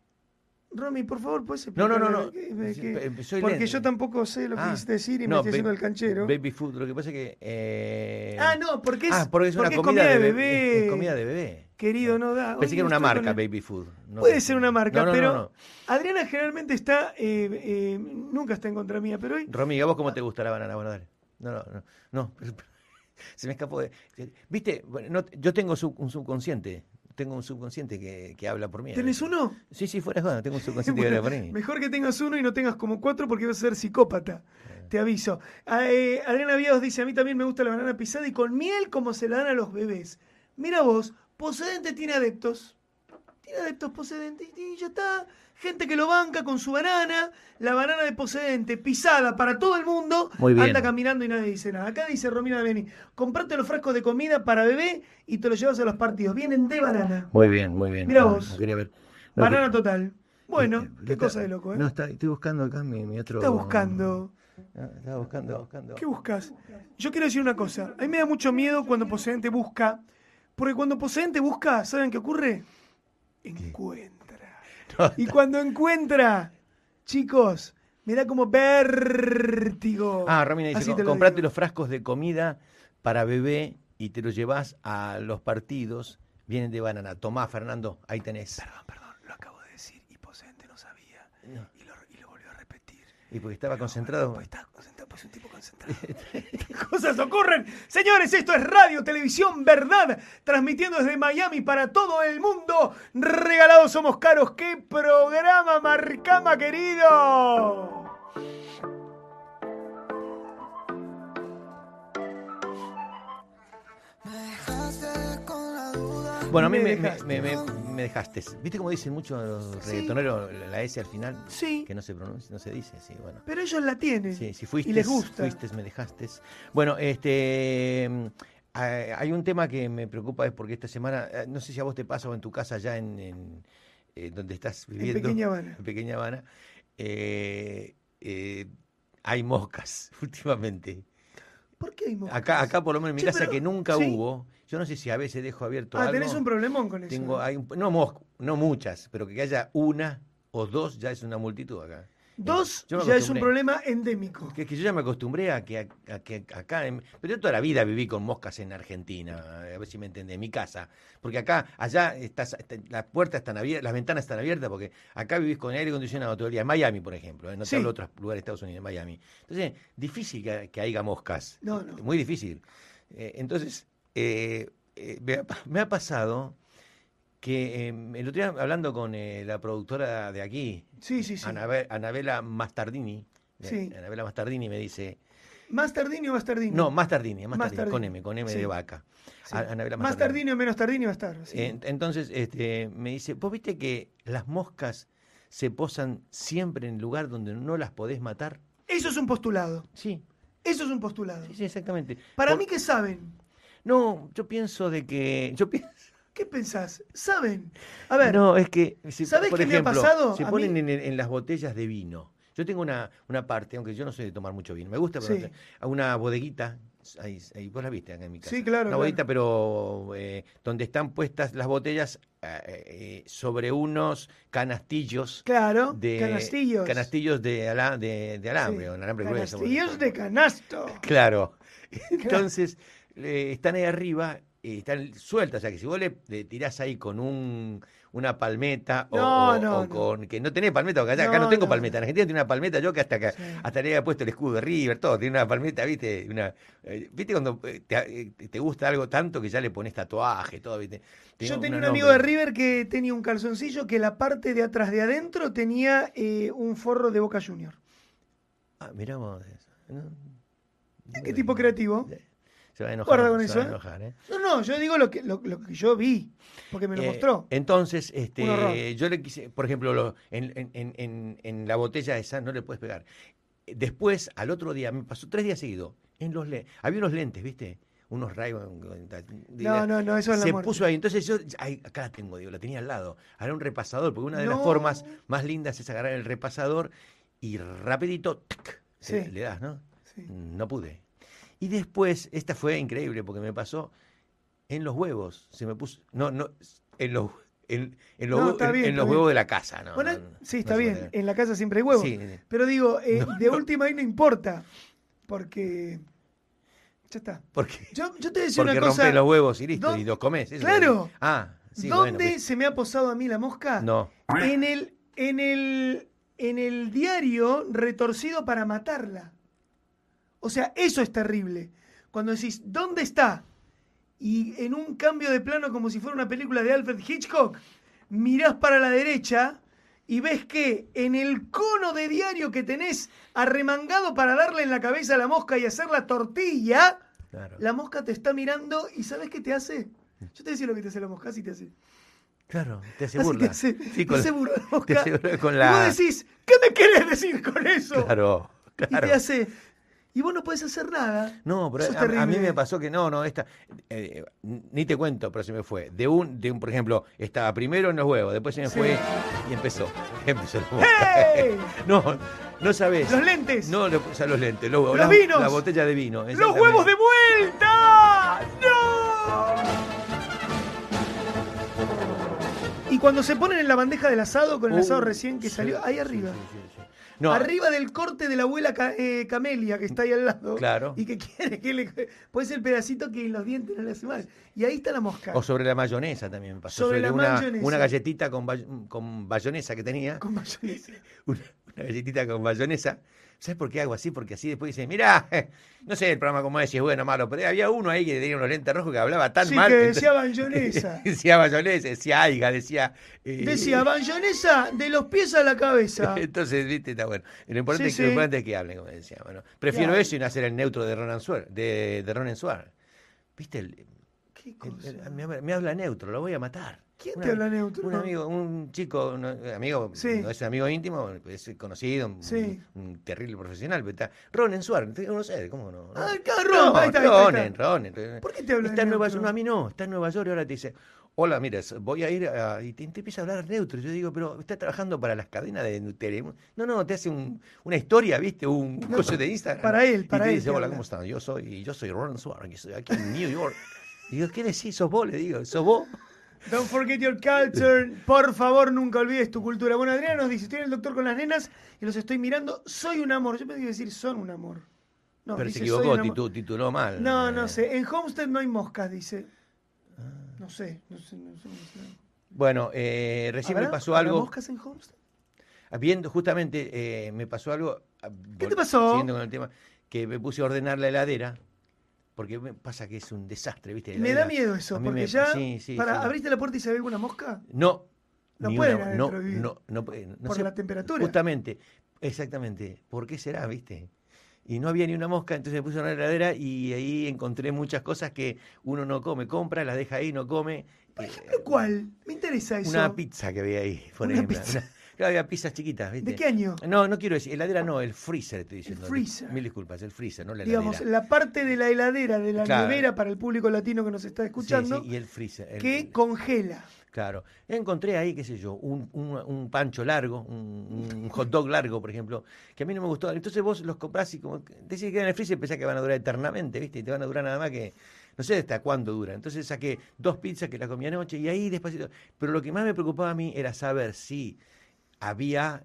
Romy, por favor, puedes
No,
explicar.
no, no, no. eh, Soy
porque
lento.
yo tampoco sé lo que
Ah,
quisiste decir y me
no,
estoy haciendo
ba-
el canchero.
Baby food, lo que pasa es que. eh,
ah, no, porque es,
ah, porque es una
porque
comida, de bebé. es- es comida de bebé.
Querido, no da.
Pensé
Hoy
que era
estoy
una
con
marca,
la-
Baby Food. No
Puede
sé.
ser una marca,
No, no, no,
pero
no.
Adriana generalmente está, eh, eh, nunca está en contra mía, pero hoy
Romiga, ¿vos cómo te gusta la banana? Bueno, dale. No, no, no. no, pero- pero- se me escapó de. Viste, bueno, no, yo tengo sub- un subconsciente. Tengo un subconsciente que, que habla por mí. a
tenés
veces.
uno.
Sí, sí, fuera de joda, tengo un subconsciente
Bueno,
que habla por mí.
mejor que tengas uno y no tengas como cuatro porque vas a ser psicópata. Te aviso. A- eh, Adriana Viados dice, a mí también me gusta la banana pisada y con miel como se la dan a los bebés. Mira vos, Posedente tiene adeptos. Tiene adeptos Posedente y ya está. Gente que lo banca con su banana, la banana de Posedente, pisada para todo el mundo,
Muy bien.
anda caminando y nadie dice nada. Acá dice Romina Beni, comprate los frascos de comida para bebé y te los llevas a los partidos. Vienen de banana.
Muy bien, muy bien.
Mirá
Ah,
vos.
no quería ver. No,
Banana
que-
total. Bueno,
no
qué
está-
cosa de loco, ¿eh?
No, está, estoy buscando acá mi, mi otro.
está buscando?
Ah, Estaba buscando, estaba buscando.
¿Qué buscas? Yo quiero decir una cosa. A mí me da mucho miedo cuando Poseente busca. Porque cuando Poseente busca, ¿saben qué ocurre? Encuentra. Y cuando encuentra, chicos, me da como vértigo.
Ah, Romina dice,
Así
"Com-
te lo
comprate
digo.
los frascos de comida para bebé y te los llevas a los partidos. Vienen de banana. Tomá, Fernando, ahí tenés.
Perdón, perdón, lo acabo de decir y Poseente no sabía.
No.
Y lo, y lo volvió a repetir.
Y porque estaba concentrado.
Pues está concentrado, pues es un tipo concentrado. Estas cosas ocurren. Señores, esto es Radio Televisión Verdad, transmitiendo desde Miami para todo el mundo. Regalados somos caros. ¡Qué programa, Marcama, querido!
Bueno, a mí
me
me, me-
dejaste.
me- me- me dejaste. ¿Viste cómo dicen muchos los
Sí.
reggaetoneros la- la S al final?
Sí,
Que no se pronuncia, no se dice, sí, bueno.
pero ellos la tienen.
Sí, si fuiste,
y les gusta.
fuiste, me dejaste. Bueno, este mm, hay hay un tema que me preocupa es porque esta semana, eh, no sé si a vos te pasa o en tu casa ya en, en, eh, donde estás viviendo.
Pequeña Habana.
en Pequeña Habana, eh, eh, hay moscas últimamente.
¿Por qué hay moscas? Ah,
Acá, acá por lo menos en mi
Che,
casa
pero-
que nunca
sí.
hubo, yo no sé si a veces dejo abierto
Ah,
algo.
tenés un problemón con eso.
Tengo, hay un- no, mos- no muchas, pero que haya una o dos ya es una multitud acá.
Dos
Yo me
ya es un
acostumbré.
problema endémico.
Que, que yo ya me acostumbré a que, a- a que acá, en- pero yo toda la vida viví con moscas en Argentina, eh, a ver si me entendés, en mi casa. Porque acá, allá, estás, está- las puertas están abiertas, las ventanas están abiertas, porque acá vivís con aire acondicionado todo el día. En Miami, por ejemplo, ¿eh? no te
Sí.
hablo de otros lugares de Estados Unidos, en Miami. Entonces, difícil que, que haya moscas.
No, no.
Muy difícil. Eh, entonces, eh, eh, me, ha, me ha pasado que eh, el otro día hablando con eh, la productora de aquí,
Sí, sí, sí.
Anabe- Anabela Mastardini. eh,
Sí.
Anabela Mastardini me dice.
¿Más tardini o más tardini?
No, Mastardini, Mastardini,
Mastardini,
con M, con M
sí.
de vaca.
Sí.
A- Anabela
Más
Mastardini.
tardini o menos tardini va a estar. sí.
En- entonces este, me dice: ¿Vos viste que las moscas se posan siempre en el lugar donde no las podés matar?
Eso es un postulado.
Sí,
Eso es un postulado.
sí, sí, exactamente.
Para
Por-
mí que saben.
No, yo pienso de que. Yo pienso.
¿Qué pensás? Saben. A ver,
No, es que, si,
¿sabés
por
qué me ha
ejemplo,
pasado?
se
A
ponen
mí-
en, en las botellas de vino. Yo tengo una, una parte, aunque yo no soy de tomar mucho vino, me gusta, pero no
Sí.
te- a una bodeguita, ahí, ahí vos la viste acá en mi casa.
Sí, claro,
Una
claro.
bodeguita, pero eh, donde están puestas las botellas eh, eh, sobre unos canastillos
claro,
de
canastillos.
canastillos de, ala- de, de alambre,
Sí.
o un alambre grueso.
Canastillos de canasto.
Claro. Entonces, eh, están ahí arriba eh, están sueltas, o sea que si vos le, le tirás ahí con un, una palmeta o,
No,
o-
no,
o
no.
con que no tenés palmeta, porque allá acá no
No,
tengo
no,
palmeta, en Argentina tiene una palmeta, yo que hasta acá,
Sí.
hasta le había puesto el escudo de River, todo, tiene una palmeta, viste, una, eh, viste cuando eh, te, eh, te gusta algo tanto que ya le pones tatuaje, todo, viste.
Yo
un-
tenía un
nombre.
amigo de River que tenía un calzoncillo que la parte de atrás de adentro tenía eh, un forro de Boca Junior.
Ah, mirá vos, eso, ¿no?
qué tipo creativo?
Se va a enojar,
Guarda con
se va
eso,
a
¿eh?
enojar, ¿eh?
No, no, yo digo lo que, lo, lo que yo vi, porque me lo
Eh,
mostró.
Entonces,
Un horror.
este, yo le quise, por ejemplo, lo- en, en- en- en- en la botella esa no le puedes pegar. Después, al otro día, me pasó tres días seguidos, en los le- había unos lentes, ¿viste? Unos ray
No, no, no, eso es la
se
muerte.
puso ahí. Entonces yo, ay, acá la tengo, digo, la tenía al lado. Ahora un repasador, porque una de
No.
las formas más lindas es agarrar el repasador y rapidito, tic,
Sí.
le, le das, ¿no?
Sí.
No pude. Y después, esta fue increíble porque me pasó en los huevos. Se me puso. No, no. En los, en, en los,
No,
hue-
está
en-
bien,
en
está
los
bien.
huevos de la casa. No,
Bueno,
no, no,
sí,
no
está
se
bien,
puede.
en la casa siempre hay huevos.
Sí, sí.
Pero digo, eh, de última ahí no importa, porque ya está.
porque
Yo, yo te voy a decir
porque
una
rompen
cosa,
los huevos y listo,
¿Dó-
y los comes. eso es lo
Claro.
que- Ah, sí,
¿dónde
bueno. que-
se me ha posado a mí la mosca?
No.
En el, en el, en el diario retorcido para matarla. O sea, eso es terrible. Cuando decís, ¿dónde está? Y en un cambio de plano como si fuera una película de Alfred Hitchcock, mirás para la derecha y ves que en el cono de diario que tenés arremangado para darle en la cabeza a la mosca y hacer la tortilla,
Claro.
la mosca te está mirando y ¿sabes qué te hace? Yo te decía lo que te hace la mosca, así te hace.
Claro, te hace
Así
burla.
te hace,
Sí,
te
con
hace
la-
burla,
te
Oscar.
hace burla con
Y
la-
vos decís, ¿qué me querés decir con eso?
Claro, claro.
Y te hace, y vos no podés hacer nada.
No, pero
Eso es
a- a, mí
terrible.
me pasó que no, no, esta, eh, ni te cuento, pero se me fue. De un, de un, por ejemplo, estaba primero en los huevos, después se me
Sí.
fue y empezó. Empezó la
¡Hey!
No, no sabes.
Los lentes.
No, lo- o sea, los lentes, los huevos,
Los
la,
vinos.
la botella de vino.
¡Los huevos de vuelta! ¡No! Y cuando se ponen en la bandeja del asado, con el asado
Uh,
recién que salió, ahí arriba.
No,
Arriba del corte de la abuela Ca- eh, Camelia, que está ahí al lado.
Claro.
Y que quiere que le. Puede ser el pedacito que en los dientes no le hace mal. Y ahí está la mosca.
o sobre la mayonesa también me pasó.
Sobre la
una,
mayonesa.
una galletita con, bay- con mayonesa que tenía.
Con mayonesa.
una, una galletita con mayonesa. ¿Sabes por qué hago así? Porque así después dicen, mirá, no sé el programa cómo es, si es bueno o malo, pero había uno ahí que tenía unos lentes rojos que hablaba tan
Sí,
mal.
que
entonces-
decía bayonesa.
decía mayonesa, decía aiga, decía... eh,
Decía bayonesa de los pies a la cabeza.
Entonces, viste, está bueno. Lo
Sí,
importante, es, que, lo
sí.
importante es que hablen, como decía. Bueno, prefiero
Claro.
eso y no hacer el neutro de Ronan Suar, de, de Ronan Suar. ¿Viste? el-
¿Qué
el-
cosa?
el- me, habla- me habla neutro, lo voy a matar.
¿Quién
Un
te
am-
habla neutro?
Un amigo, un chico, un eh, amigo,
Sí.
no es un amigo íntimo, es conocido, un,
Sí.
un terrible profesional, pero está. Ronen Suárez, no sé, ¿cómo no?
Ah,
No,
claro, Ron, ahí está, ahí está, ahí
Ronen,
está.
Ronen.
¿Por qué te habla
Está en Nueva
neutro?
York, no, a mí no, está en Nueva York y ahora te dice, hola, mira, s- voy a ir a... Y te, te empieza a hablar neutro. Yo digo, pero está trabajando para las cadenas de Telemundo. No, no, te hace un- una historia, ¿viste? Un coche de Instagram.
para él, para
y te
él
dice,
te
hola,
habla.
¿cómo están? Yo soy, yo soy Ronen Suárez, que soy aquí en New York. Y digo, ¿qué decís? ¿Sos vos? Le digo, ¿sos vos?
Don't forget your culture. Por favor, nunca olvides tu cultura. Bueno, Adriana nos dice: Estoy en el doctor con las nenas y los estoy mirando. Soy un amor. Yo pensé que iba a decir: Son un amor. No,
pero se
dice, "Soy
equivocó,
un amor".
titu- tituló mal.
No, no
Eh,
sé. En Homestead no hay moscas, dice.
Ah.
No sé, no sé, no sé. No sé.
Bueno, eh, recién me
¿Habrá-
pasó
habrá
algo.
moscas en Homestead?
Viendo, justamente eh, me pasó algo. ah, vol-
te pasó?
Siguiendo con el tema, que me puse a ordenar la heladera. Porque me pasa que es un desastre, ¿viste? Eh, La
Me da
heladera.
miedo
A
eso,
mí
porque
me-
ya.
sí, sí,
para,
sí.
¿Abriste la puerta y se ve alguna mosca?
No.
No
ni
pueden
una-
adentro
no,
vivir.
no, no puede- no
por
sé,
la temperatura.
Justamente, exactamente. ¿Por qué será, viste? Y no había ni una mosca, entonces me puse en la heladera y ahí encontré muchas cosas que uno no come. Compra, las deja ahí, no come. eh, Por
¿Pero cuál? Me interesa eso.
Una pizza que había ahí, por
Una
ejemplo.
pizza.
Una- claro, había pizzas chiquitas, ¿viste?
¿De qué año?
No, no quiero decir, heladera no, el freezer estoy diciendo.
freezer.
Mil disculpas, el freezer, no la heladera.
Digamos, la parte de la heladera, de la
Claro.
nevera para el público latino que nos está
Sí,
escuchando,
sí, y el freezer. el-
que
el-
congela.
Claro. Encontré ahí, qué sé yo, un, un- un pancho largo, un, un hot dog largo, por ejemplo, que a mí no me gustó. Entonces vos los comprás y como que- decís que quedan en el freezer y pensás que van a durar eternamente, ¿viste? Y te van a durar nada más que. No sé hasta cuándo duran. Entonces saqué dos pizzas que las comí anoche y ahí despacito. Pero lo que más me preocupaba a mí era saber si había.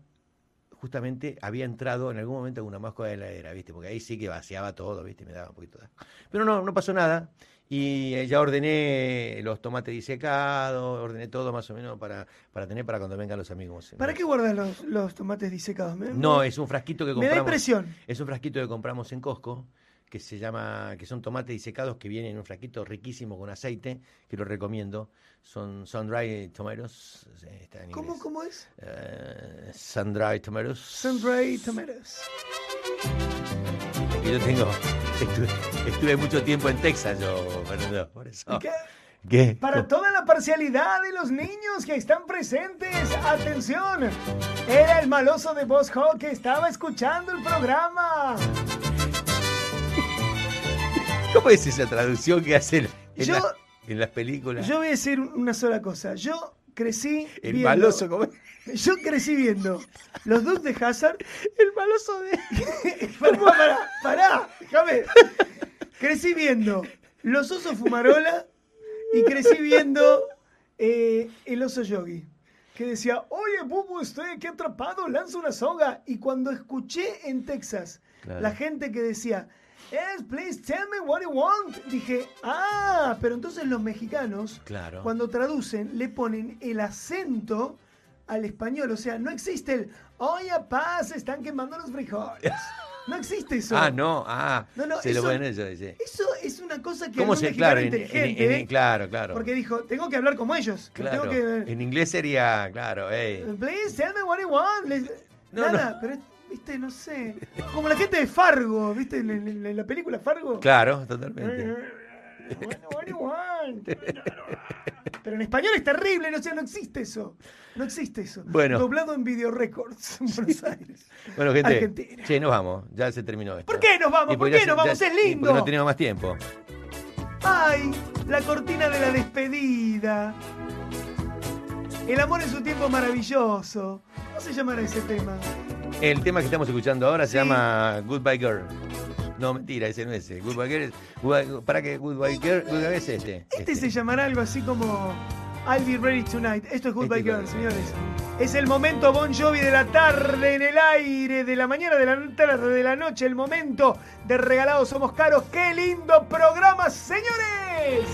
Justamente había entrado en algún momento alguna mosca de la heladera, ¿viste? Porque ahí sí que vaciaba todo, ¿viste? Me daba un poquito de. Pero no, no pasó nada. Y eh, ya ordené los tomates disecados, ordené todo más o menos para, para tener para cuando vengan los amigos.
¿Para qué guardas los, los tomates disecados? Me-
No, es un frasquito que
Me da
compramos.
impresión.
Es un frasquito que compramos en Costco que se llama, que son tomates disecados que vienen en un frasquito riquísimo con aceite, que lo recomiendo. Son sun-dried tomatoes. eh, está en
¿Cómo,
inglés.
cómo es?
Eh, sun-dried tomatoes.
Sunray Tomatoes.
Que yo tengo. Estuve, estuve mucho tiempo en Texas, yo, Fernando, por eso.
¿Qué?
¿Qué?
Para toda la parcialidad de los niños que están presentes, atención. Era el maloso de Boss Hawk que estaba escuchando el programa.
¿Cómo es esa traducción que hacen en,
Yo-
la- en las películas?
Yo voy a decir una sola cosa. Yo crecí
el
viendo-
maloso, ¿cómo es?
Yo crecí viendo los Ducks de Hazard. El maloso de. pará, pará, pará, déjame. Crecí viendo los osos fumarola y crecí viendo eh, el oso yogi. Que decía, oye, Bubu, estoy aquí atrapado, lanza una soga. Y cuando escuché en Texas
Claro.
la gente que decía, yes, please tell me what you want, dije, ah, pero entonces los mexicanos,
Claro.
cuando traducen, le ponen el acento al español. O sea, no existe el, oye, paz, están quemando los frijoles. No existe eso.
Ah, no, ah.
No, no,
se
eso-
lo ponen ellos, dice.
Eso es una cosa que
¿Cómo
algún
se?
mexicano
Claro, en- en-
inteligente, ¿eh?
en- en- claro, claro.
porque dijo, tengo que hablar como ellos. no
Claro,
Tengo que...
En inglés sería, claro, eh.
Please tell me what you want. Les-
No,
Nada,
no.
pero es- viste, no sé. Como la gente de Fargo, ¿viste? En, en- en la película Fargo.
Claro, totalmente.
Eh, What do you want? ah, Pero en español es terrible, no, sé, no existe eso. No existe eso.
Bueno.
Doblado en Video Records en Buenos Aires.
Bueno, gente,
Argentina.
che, nos vamos. Ya se terminó esto.
¿Por qué nos vamos?
Y
¿Por
porque ya
qué
se-
nos
ya-
vamos? Es
y porque
lindo.
no tenemos más tiempo.
¡Ay! La cortina de la despedida. El amor en su tiempo maravilloso. ¿Cómo se llamará ese tema?
El tema que estamos escuchando ahora
Sí.
se llama Goodbye Girl. No, mentira, ese no es ese. Goodbye Girl. es- Goodbye- ¿Para qué Goodbye Girl? Goodbye es este.
Este se llamará algo así como I'll be ready tonight. Esto es Goodbye
Este-
Girl, señores. Es el momento Bon Jovi de la tarde, en el aire, de la mañana, de la tarde, de la noche, el momento de Regalados Somos Caros. ¡Qué lindo programa, señores!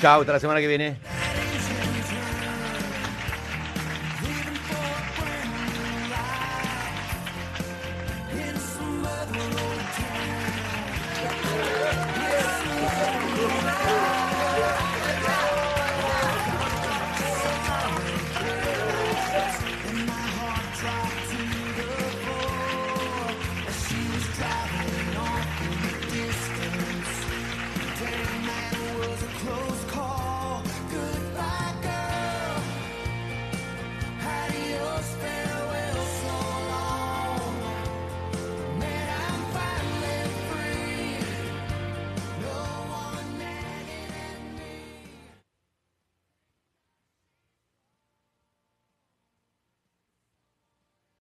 Chao, hasta la semana que viene.